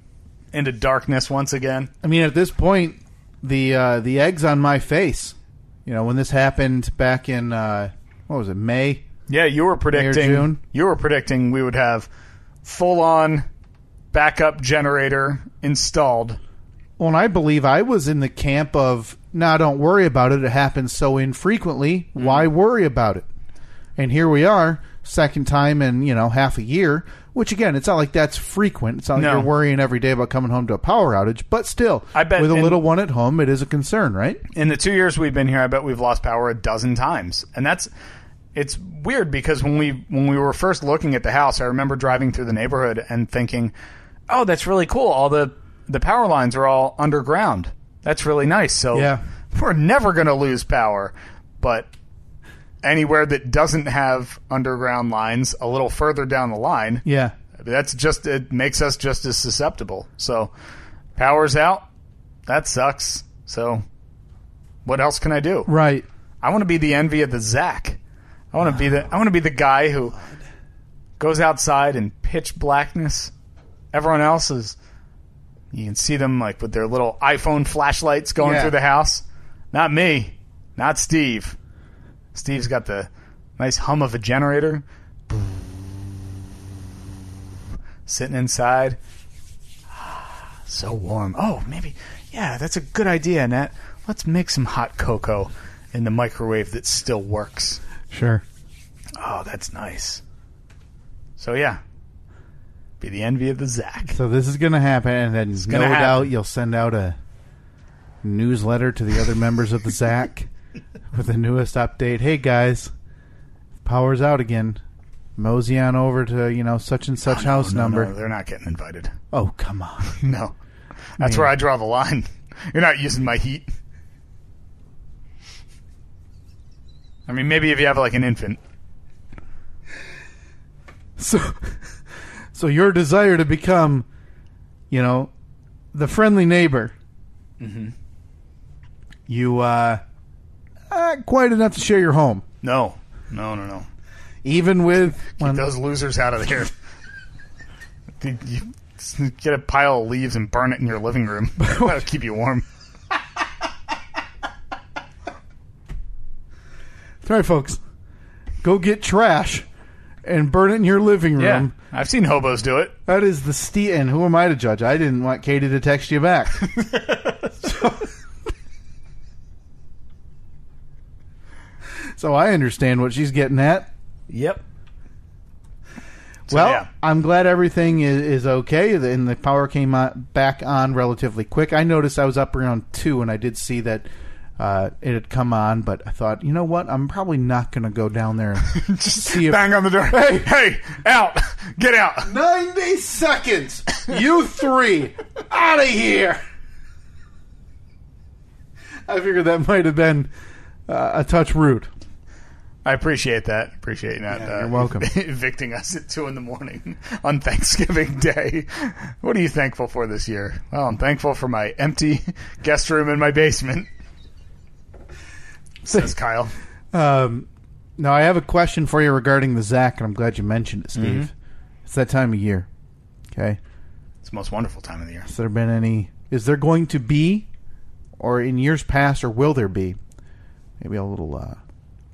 C: into darkness once again.
A: I mean, at this point, the uh, the eggs on my face. You know, when this happened back in uh, what was it, May?
C: Yeah, you were predicting.
A: June.
C: You were predicting we would have full on backup generator installed.
A: Well, and I believe I was in the camp of, "No, don't worry about it. It happens so infrequently.
C: Mm-hmm.
A: Why worry about it?" And here we are, second time in you know half a year. Which again, it's not like that's frequent. It's not like
C: No.
A: you're worrying every day about coming home to a power outage. But still,
C: I bet
A: with a
C: in-
A: little one at home, it is a concern, right?
C: In the two years we've been here, I bet we've lost power a dozen times, and that's it's weird because when we when we were first looking at the house, I remember driving through the neighborhood and thinking, "Oh, that's really cool. All the the power lines are all underground. That's really nice. So
A: Yeah.
C: we're never going to lose power." But anywhere that doesn't have underground lines, a little further down the line,
A: Yeah.
C: that's just it makes us just as susceptible. So power's out. That sucks. So what else can I do?
A: Right.
C: I want to be the envy of the Zach. I want to be the I want to be the guy who goes outside in pitch blackness. Everyone else is you can see them like with their little iPhone flashlights going
A: Yeah.
C: through the house. Not me. Not Steve. Steve's got the nice hum of a generator. Sitting inside. So warm. Oh, maybe. Yeah, that's a good idea, Annette. Let's make some hot cocoa in the microwave that still works.
A: Sure.
C: Oh, that's nice. So, yeah. Be the envy of the Zach.
A: So this is going to happen, and then no
C: gonna happen.
A: doubt you'll send out a newsletter to the other members of the ZAC with the newest update. Hey guys, power's out again. Mosey on over to you know such and such house
C: Oh, No,
A: number.
C: no, they're not getting invited.
A: Oh come on!
C: No. That's
A: Man.
C: where I draw the line. You're not using my heat. I mean, maybe if you have like an infant.
A: So, so your desire to become, you know, the friendly neighbor.
C: Mm-hmm.
A: You uh, not quite enough to share your home,
C: No. No, no, no.
A: even with
C: Get those losers out of here. Dude, you- Get a pile of leaves and burn it in your living room. That'll keep you warm.
A: All right, folks. Go get trash and burn it in your living room.
C: Yeah, I've seen hobos do it.
A: That is the ste And who am I to judge? I didn't want Katie to text you back. so, so I understand what she's getting at.
C: Yep.
A: well,
C: yeah.
A: I'm glad everything is, is okay, and the power came on, back on relatively quick. I noticed I was up around two, and I did see that uh, it had come on, but I thought, you know what? I'm probably not going to go down there. and see if
C: Bang on the door. Hey, hey, out. Get out.
A: 90 seconds. You three. Out of here. I figured that might have been uh, a touch rude.
C: I appreciate that. Appreciate not.
A: Yeah,
C: uh,
A: you're welcome.
C: Evicting us at two in the morning on Thanksgiving Day. What are you thankful for this year? Well, I'm thankful for my empty guest room in my basement. Says Kyle.
A: Um, now, I have a question for you regarding the Zach, and I'm glad you mentioned it, Steve. It's that time of year. Okay.
C: It's the most wonderful time of the year.
A: Has there been any? Is there going to be, or in years past, or will there be, maybe a little uh,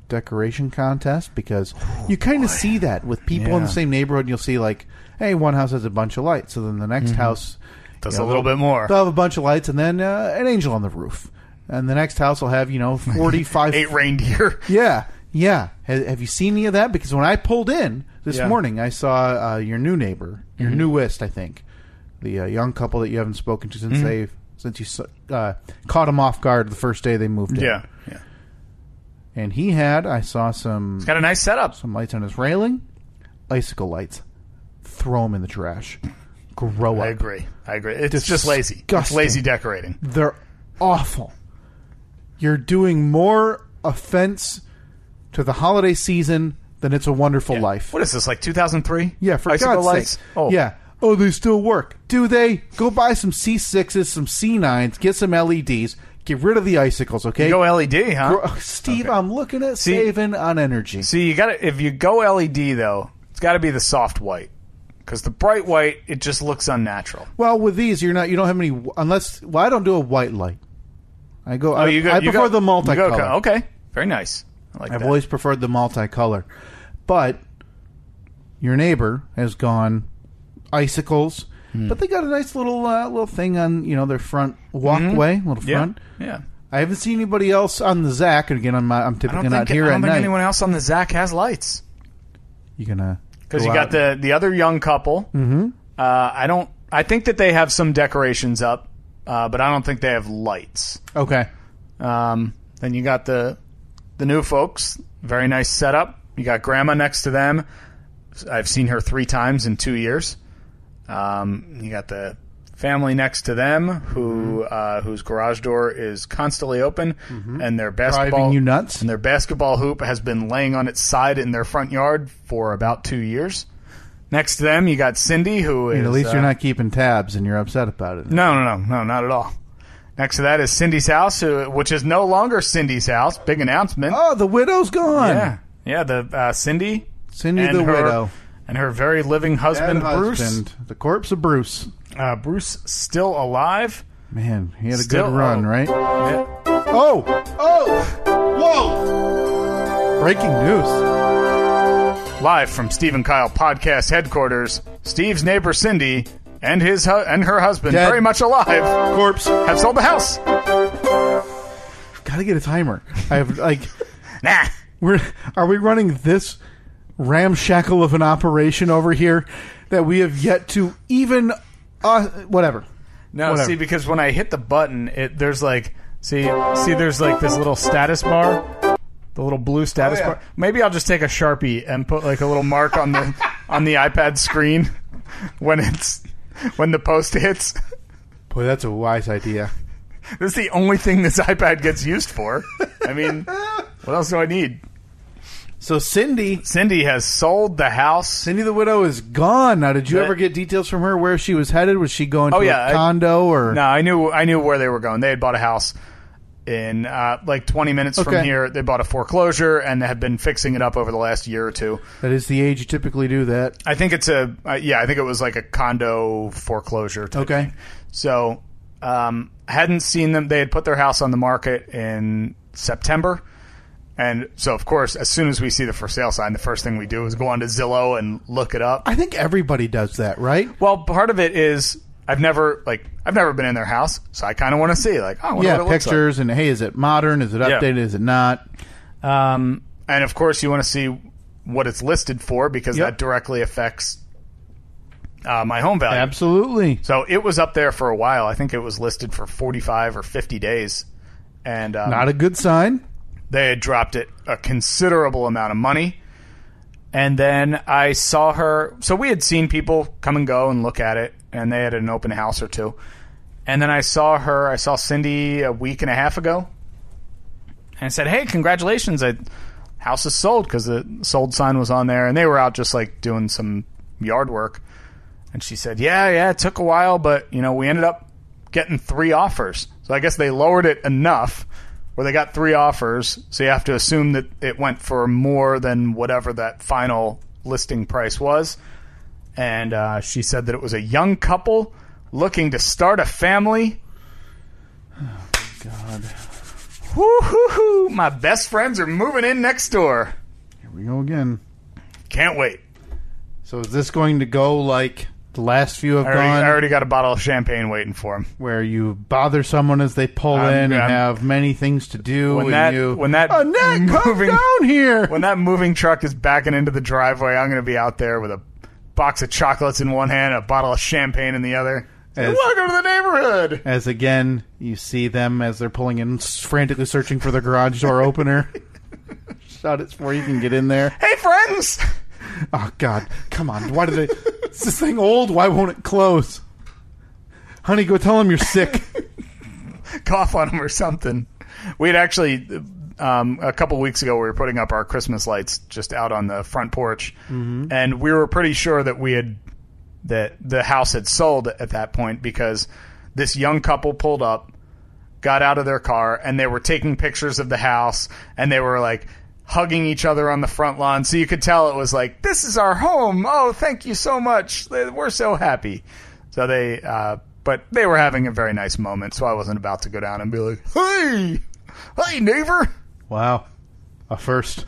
A: decoration contest? Because you kind of see that with people in
C: Oh, Yeah.
A: the same neighborhood. You'll see like, hey, one house has a bunch of lights, so then the
C: Mm-hmm.
A: next house
C: Does
A: you know,
C: a little bit more.
A: They'll have a bunch of lights, and then uh, an angel on the roof, and the next house will have you know forty five
C: Eight reindeer.
A: yeah, yeah. Have, have you seen any of that? Because when I pulled in this
C: Yeah. Mm-hmm.
A: morning, I saw uh, your new neighbor, your newest, I think, the uh, young couple that you haven't spoken to
C: Mm-hmm.
A: since they since you s- uh, caught them off guard the first day they moved in.
C: Yeah. yeah.
A: and he had I saw some
C: Got a nice setup.
A: some lights on his railing, icicle lights. Throw them in the trash. Grow
C: I
A: up.
C: agree. I agree. It's just lazy. It's
A: Disgusting.
C: lazy decorating.
A: They're awful. You're doing more offense to the holiday season than it's a wonderful life.
C: What is this, like 2003?
A: Yeah, for
C: Icicle
A: God's
C: lights?
A: sake.
C: Oh,
A: Yeah. Oh, they still work. Do they? Go buy some C6s, some C9s, get some LEDs, get rid of the icicles, okay?
C: Go LED, huh?
A: Bro- Steve, I'm looking at
C: See-
A: saving on energy.
C: See, you got to if you go LED though, it's got to be the soft white because the bright white it just looks unnatural.
A: Well, with these, you're not you don't have any unless well, I don't do a white light. I go I, I
C: Oh, you
A: prefer the
C: you
A: multicolor.
C: go- okay, very nice. I like
A: I've
C: that.
A: always preferred the multicolor. But your neighbor has gone icicles,
C: Hmm.
A: but they got a nice little uh, little thing on, you know, their front walkway, little
C: Mm-hmm. yeah,
A: front.
C: yeah.
A: I haven't seen anybody else on the Zach. And again, I'm, not, I'm
C: I
A: typically
C: don't
A: not
C: think,
A: here
C: I don't
A: at
C: think
A: night.
C: anyone else on the Zach has lights
A: You're gonna
C: because
A: go
C: you
A: out.
C: got the the other young couple. Mm-hmm. Uh, I don't. I think that they have some decorations up, uh, but I don't think they have lights.
A: okay.
C: Um, then you got the the new folks. Very nice setup. You got grandma next to them. I've seen her three times in two years. Um, you got the family next to them
A: Mm-hmm.
C: who uh, whose garage door is constantly open, and their basketball
A: Driving you nuts.
C: and their basketball hoop has been laying on its side in their front yard for about two years. Next to them, you got Cindy, who is
A: at least
C: uh,
A: you're not keeping tabs and you're upset about it.
C: no, no, no, no, not at all. Next to that is Cindy's house, who, which is no longer Cindy's house. Big announcement.
A: Oh, the widow's gone.
C: yeah, yeah. The uh, Cindy,
A: Cindy
C: and
A: the
C: her,
A: widow,
C: and her very living husband,
A: Dead
C: Bruce.
A: husband. the corpse of Bruce.
C: Uh, Bruce still alive.
A: Man, he had a
C: Still-
A: good run,
C: oh.
A: right?
C: Yeah.
A: Oh, oh, whoa! Breaking news.
C: Live from Steve and Kyle podcast headquarters, Steve's neighbor Cindy and his hu- and her husband,
A: Dead.
C: very much alive,
A: Corpse.
C: have sold the house.
A: Got to get a timer. I have like,
C: Nah.
A: we're are we running this ramshackle of an operation over here that we have yet to even, uh, whatever.
C: No,
A: Whatever.
C: see, because when I hit the button, it there's like see see there's like this little status bar, the little blue status
A: yeah.
C: bar. Maybe I'll just take a sharpie and put like a little mark on the on the iPad screen when it's when the post hits.
A: Boy, that's a wise idea.
C: This is the only thing this iPad gets used for. I mean, what else do I need?
A: So Cindy,
C: Cindy has sold the house.
A: Cindy the widow is gone. Now, did you
C: That-
A: ever get details from her where she was headed? Was she going to
C: Oh, yeah,
A: a
C: I-
A: condo or
C: No, I knew I knew where they were going. They had bought a house in uh, like 20 minutes
A: Okay.
C: from here. They bought a foreclosure and they have been fixing it up over the last year or two.
A: that is the age you typically do that?
C: I think it's a uh, yeah. I think it was like a condo foreclosure. Type
A: Okay.
C: thing. So um, hadn't seen them. They had put their house on the market in September, And so, of course, as soon as we see the for sale sign, the first thing we do is go onto Zillow and look it up.
A: I think everybody does that, right?
C: Well, part of it is I've never like I've never been in their house, so I kind of want to see like oh
A: yeah, pictures and hey, is it modern? Is it
C: Yeah.
A: updated? Is it not?
B: Um,
C: And of course, you want to see what it's listed for because
A: Yep.
C: that directly affects uh, my home value.
A: Absolutely.
C: So it was up there for a while. I think it was listed for 45 or 50 days, and um,
A: Not a good sign.
C: they had dropped it a considerable amount of money. And then I saw her. So we had seen people come and go and look at it, and they had an open house or two. And then I saw her. I saw Cindy a week and a half ago, and I said, "Hey, congratulations! I house is sold because the sold sign was on there, and they were out just like doing some yard work." And she said, "Yeah, yeah, it took a while, but you know, we ended up getting three offers. So I guess they lowered it enough where they got three offers. So you have to assume that it went for more than whatever that final listing price was." And uh, she said that it was a young couple looking to start a family. Oh, God. Woo-hoo-hoo. My best friends are moving in next door.
A: Here we go again.
C: Can't wait.
A: So is this going to go like the last few have
C: I already,
A: gone,
C: I already got a bottle of champagne waiting for him.
A: where you bother someone as they pull
C: I'm-
A: in and
C: I'm-
A: have many things to do?
C: When
A: and
C: that-
A: you,
C: when that
A: Annette,
C: moving-
A: come down here.
C: When that moving truck is backing into the driveway, I'm going to be out there with a box of chocolates in one hand, a bottle of champagne in the other. Say,
A: As-
C: Welcome to the neighborhood.
A: as again, you see them as they're pulling in, frantically searching for the garage door opener. Shut it's where you can get in there.
C: Hey, friends.
A: Oh God! Come on! Why did they? Is this thing old? Why won't it close? Honey, go tell him you're sick.
C: cough on them or something. We had actually um, a couple weeks ago we were putting up our Christmas lights just out on the front porch, and we were pretty sure that we had that the house had sold at that point because this young couple pulled up, got out of their car, and they were taking pictures of the house, and they were like. Hugging each other on the front lawn, so you could tell it was like, "This is our home." Oh, thank you so much. We're so happy. So they, uh, but they were having a very nice moment, so I wasn't about to go down and be like, hey, hey, neighbor.
A: Wow, a first.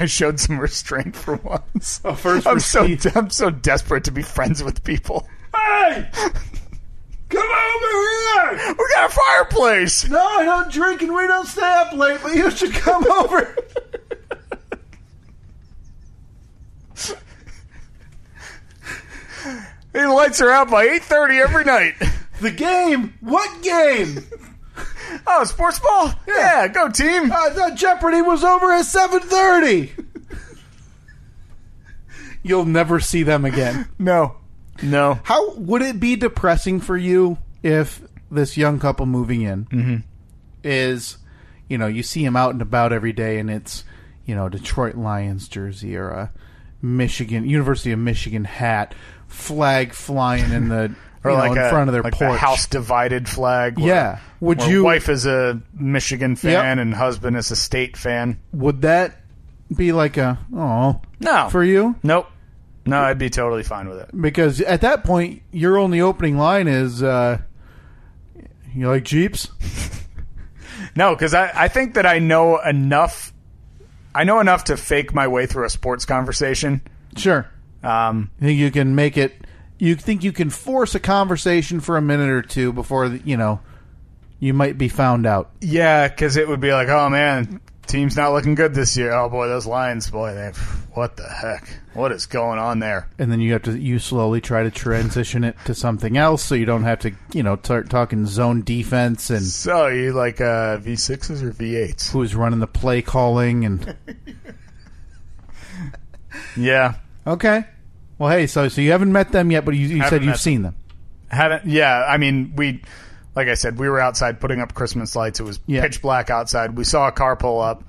C: I showed some restraint for once.
A: A first
C: I'm
A: for
C: so,
A: Steve.
C: I'm so desperate to be friends with people.
A: Hey, come over
C: We got a fireplace.
A: No, I don't drink and we don't stay up late, but you should come over.
C: The lights are out by 8.30 every night.
A: The game? What game?
C: Oh, sports ball? Yeah, go team.
A: I thought Jeopardy was over at seven thirty. You'll never see them again.
C: No. No.
A: How would it be depressing for you if this young couple moving in
C: Mm-hmm.
A: is, you know, you see him out and about every day, and it's, you know, Detroit Lions jersey or a Michigan University of Michigan hat, flag flying in the
C: Or
A: you know,
C: like
A: in
C: a,
A: front of their
C: like the
A: porch.
C: house divided flag. Where,
A: yeah, would
C: where
A: you?
C: wife is a Michigan fan
A: Yep.
C: and husband is a state fan.
A: would that be like a oh
C: No.
A: for you?
C: Nope. No, I'd be totally fine with it.
A: Because at that point, your only opening line is, uh, "You like Jeeps?"
C: No, because I, I think that I know enough. I know enough to fake my way through a sports conversation.
A: Sure.
C: Um,
A: You think you can make it? You think you can force a conversation for a minute or two before the- you know you might be found out?
C: yeah, because it would be like, oh man, team's not looking good this year. Oh boy, those Lions, boy, they, what the heck? What is going on there?
A: And then you have to you slowly try to transition it to something else, so you don't have to you know start talking zone defense and
C: So you like uh, V sixes or V eights?
A: who's running the play calling and
C: Yeah,
A: okay. Well, hey, so so you haven't met them yet, but you, you
C: Haven't
A: said you've
C: met
A: seen them.
C: haven't. Yeah, I mean we. Like I said, we were outside putting up Christmas lights. It was
A: Yeah.
C: pitch black outside. We saw a car pull up,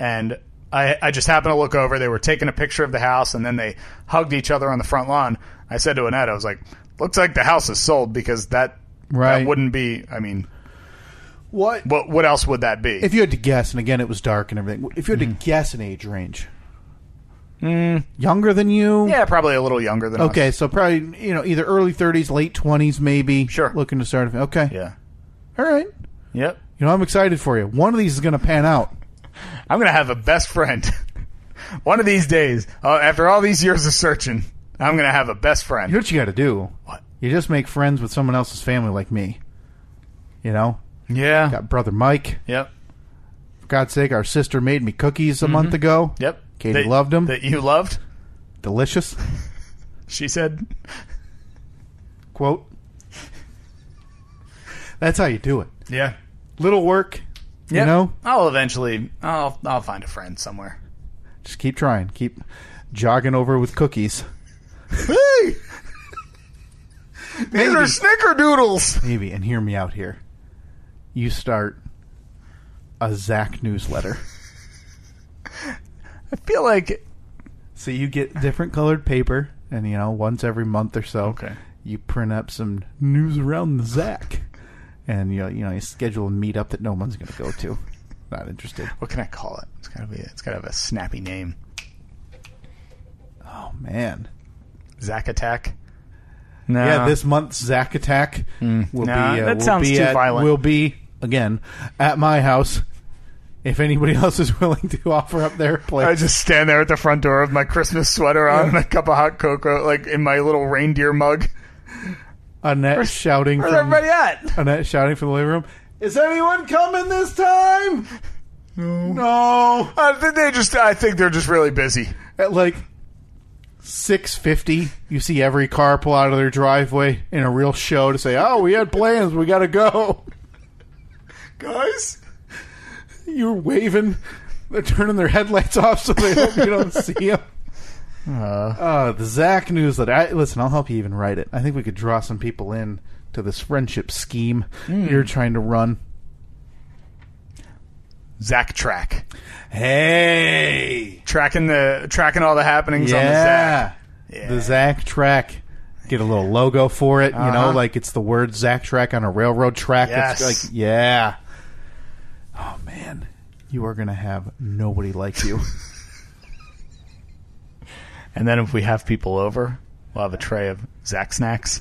C: and I, I just happened to look over. They were taking a picture of the house, and then they hugged each other on the front lawn. I said to Annette, I was like, "Looks like the house is sold because that
A: Right.
C: that wouldn't be. I mean,
A: What
C: what what else would that be?
A: if you had to guess? And again, it was dark and everything. If you had to guess an age range, younger than you,
C: yeah, probably a little younger than us.
A: Okay, so probably you know either early 30s, late 20s, maybe.
C: Sure.
A: Looking to start. a- Okay.
C: Yeah.
A: All right.
C: Yep.
A: You know, I'm excited for you. One of these is going to pan out.
C: I'm gonna have a best friend. One of these days, uh, after all these years of searching, I'm gonna have a best friend.
A: You know what you got to do?
C: What?
A: You just make friends with someone else's family like me. You know?
C: yeah.
A: Got brother Mike.
C: Yep.
A: For God's sake, our sister made me cookies a
C: Mm-hmm.
A: month ago.
C: Yep.
A: Katie loved him.
C: That you loved.
A: Delicious.
C: She said.
A: Quote. That's how you do it.
C: Yeah.
A: Little work. You
C: Yep.
A: know?
C: I'll eventually. I'll. I'll find a friend somewhere.
A: Just keep trying. Keep jogging over with cookies.
C: Hey. These are
A: Maybe.
C: snickerdoodles.
A: Maybe. And hear me out here. You start a Zach newsletter.
C: I feel like
A: So you get different colored paper, and you know, once every month or so,
C: Okay.
A: you print up some news around the Zach, and you know, you know, you schedule a meetup that no one's going to go to. Not interested.
C: what can I call it? It's gotta be. It's gotta have a snappy name.
A: Oh man,
C: Zack Attack. No.
A: yeah, this month's Zach attack will
C: Uh. Hmm. Nah,
A: be. Uh,
C: that
A: will
C: sounds
A: be
C: too
A: at,
C: violent.
A: Will be again at my house. If anybody else is willing to offer up their
C: I
A: place,
C: just stand there at the front door with my Christmas sweater on and a cup of hot cocoa, like in my little reindeer mug.
A: Annette shouting
C: Where's
A: from
C: everybody at?
A: Annette shouting from the living room. Is anyone coming this time? No.
C: I think Uh, they just. I think they're just really busy.
A: at like 6.50 you see every car pull out of their driveway in a real show to say oh we had plans we gotta go
C: Guys,
A: you're waving they're turning their headlights off so they hope you don't see them uh, the zach newsletter I, listen i'll help you even write it i think we could draw some people in to this friendship scheme you're trying to run
C: Zach track
A: hey
C: tracking the tracking all the happenings on the Zach.
A: yeah
C: Yeah.
A: the Zach track. Get a little logo for it, you know,
C: Uh-huh.
A: like it's the word Zach track on a railroad track. It's
C: Yes.
A: like, yeah. Oh man, you are gonna have nobody like you.
C: And then if we have people over, we'll have a tray of Zach snacks.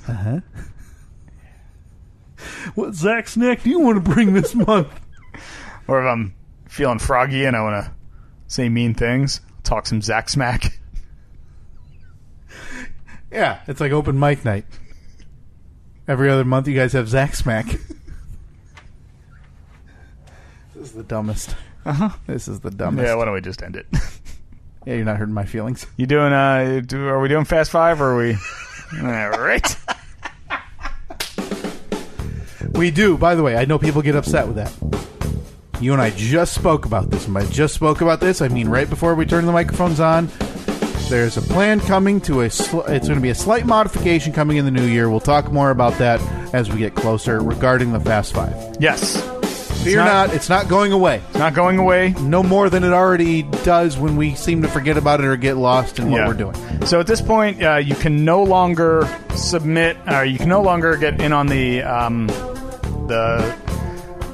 A: what Zach snack do you want to bring this month?
C: Or if I'm feeling froggy and I want to say mean things, talk some Zach smack.
A: yeah, it's like open mic night. Every other month, you guys have Zach smack. this is the dumbest. Uh huh. This is the dumbest.
C: Yeah,
A: Yeah,
C: why don't we just end it?
A: you're not hurting my feelings.
C: You doing? Uh, do, are we doing Fast Five or are we? All right.
A: We do. By the way, I know people get upset with that. You and I just spoke about this. And by just spoke about this, I mean right before we turned the microphones on. There's a plan coming to a. Sl- it's going to be a slight modification coming in the new year. We'll talk more about that as we get closer regarding the Fast Five.
C: Yes,
A: Fear
C: not-
A: not, it's not going away.
C: not going away.
A: No more than it already does when we seem to forget about it or get lost in what
C: Yeah.
A: we're doing.
C: So at this point, uh, you can no longer submit, or you can no longer get in on the um, the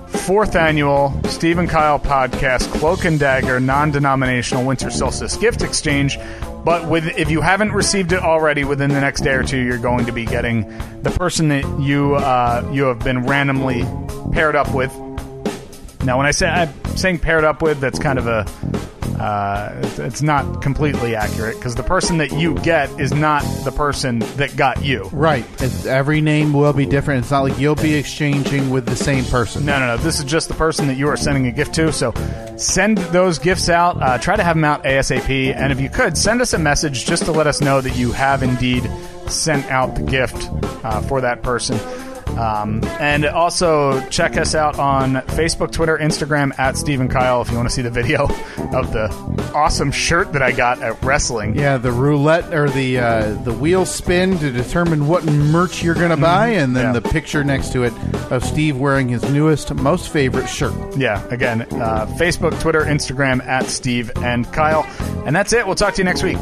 C: fourth annual Steve and Kyle podcast Cloak and Dagger non-denominational winter solstice gift exchange. But with if you haven't received it already within the next day or two, you're going to be getting the person that you uh, you have been randomly paired up with. Now, when I say I'm saying paired up with, that's kind of a uh, it's- it's not completely accurate because the person that you get is not the person that got you.
A: Right. It's, every name will be different. It's not like you'll be exchanging with the same person.
C: No, no, no. This is just the person that you are sending a gift to. So send those gifts out. Uh, try to have them out ASAP. And if you could, send us a message just to let us know that you have indeed sent out the gift uh, for that person. Um, and also check us out on Facebook, Twitter, Instagram at Steve and Kyle if you want to see the video of the awesome shirt that I got at wrestling.
A: Yeah, the roulette or the uh, the wheel spin to determine what merch you're going to buy, and then
C: Yeah.
A: the picture next to it of Steve wearing his newest, most favorite shirt.
C: Yeah, again, uh, Facebook, Twitter, Instagram at Steve and Kyle. And that's it. We'll talk to you next week.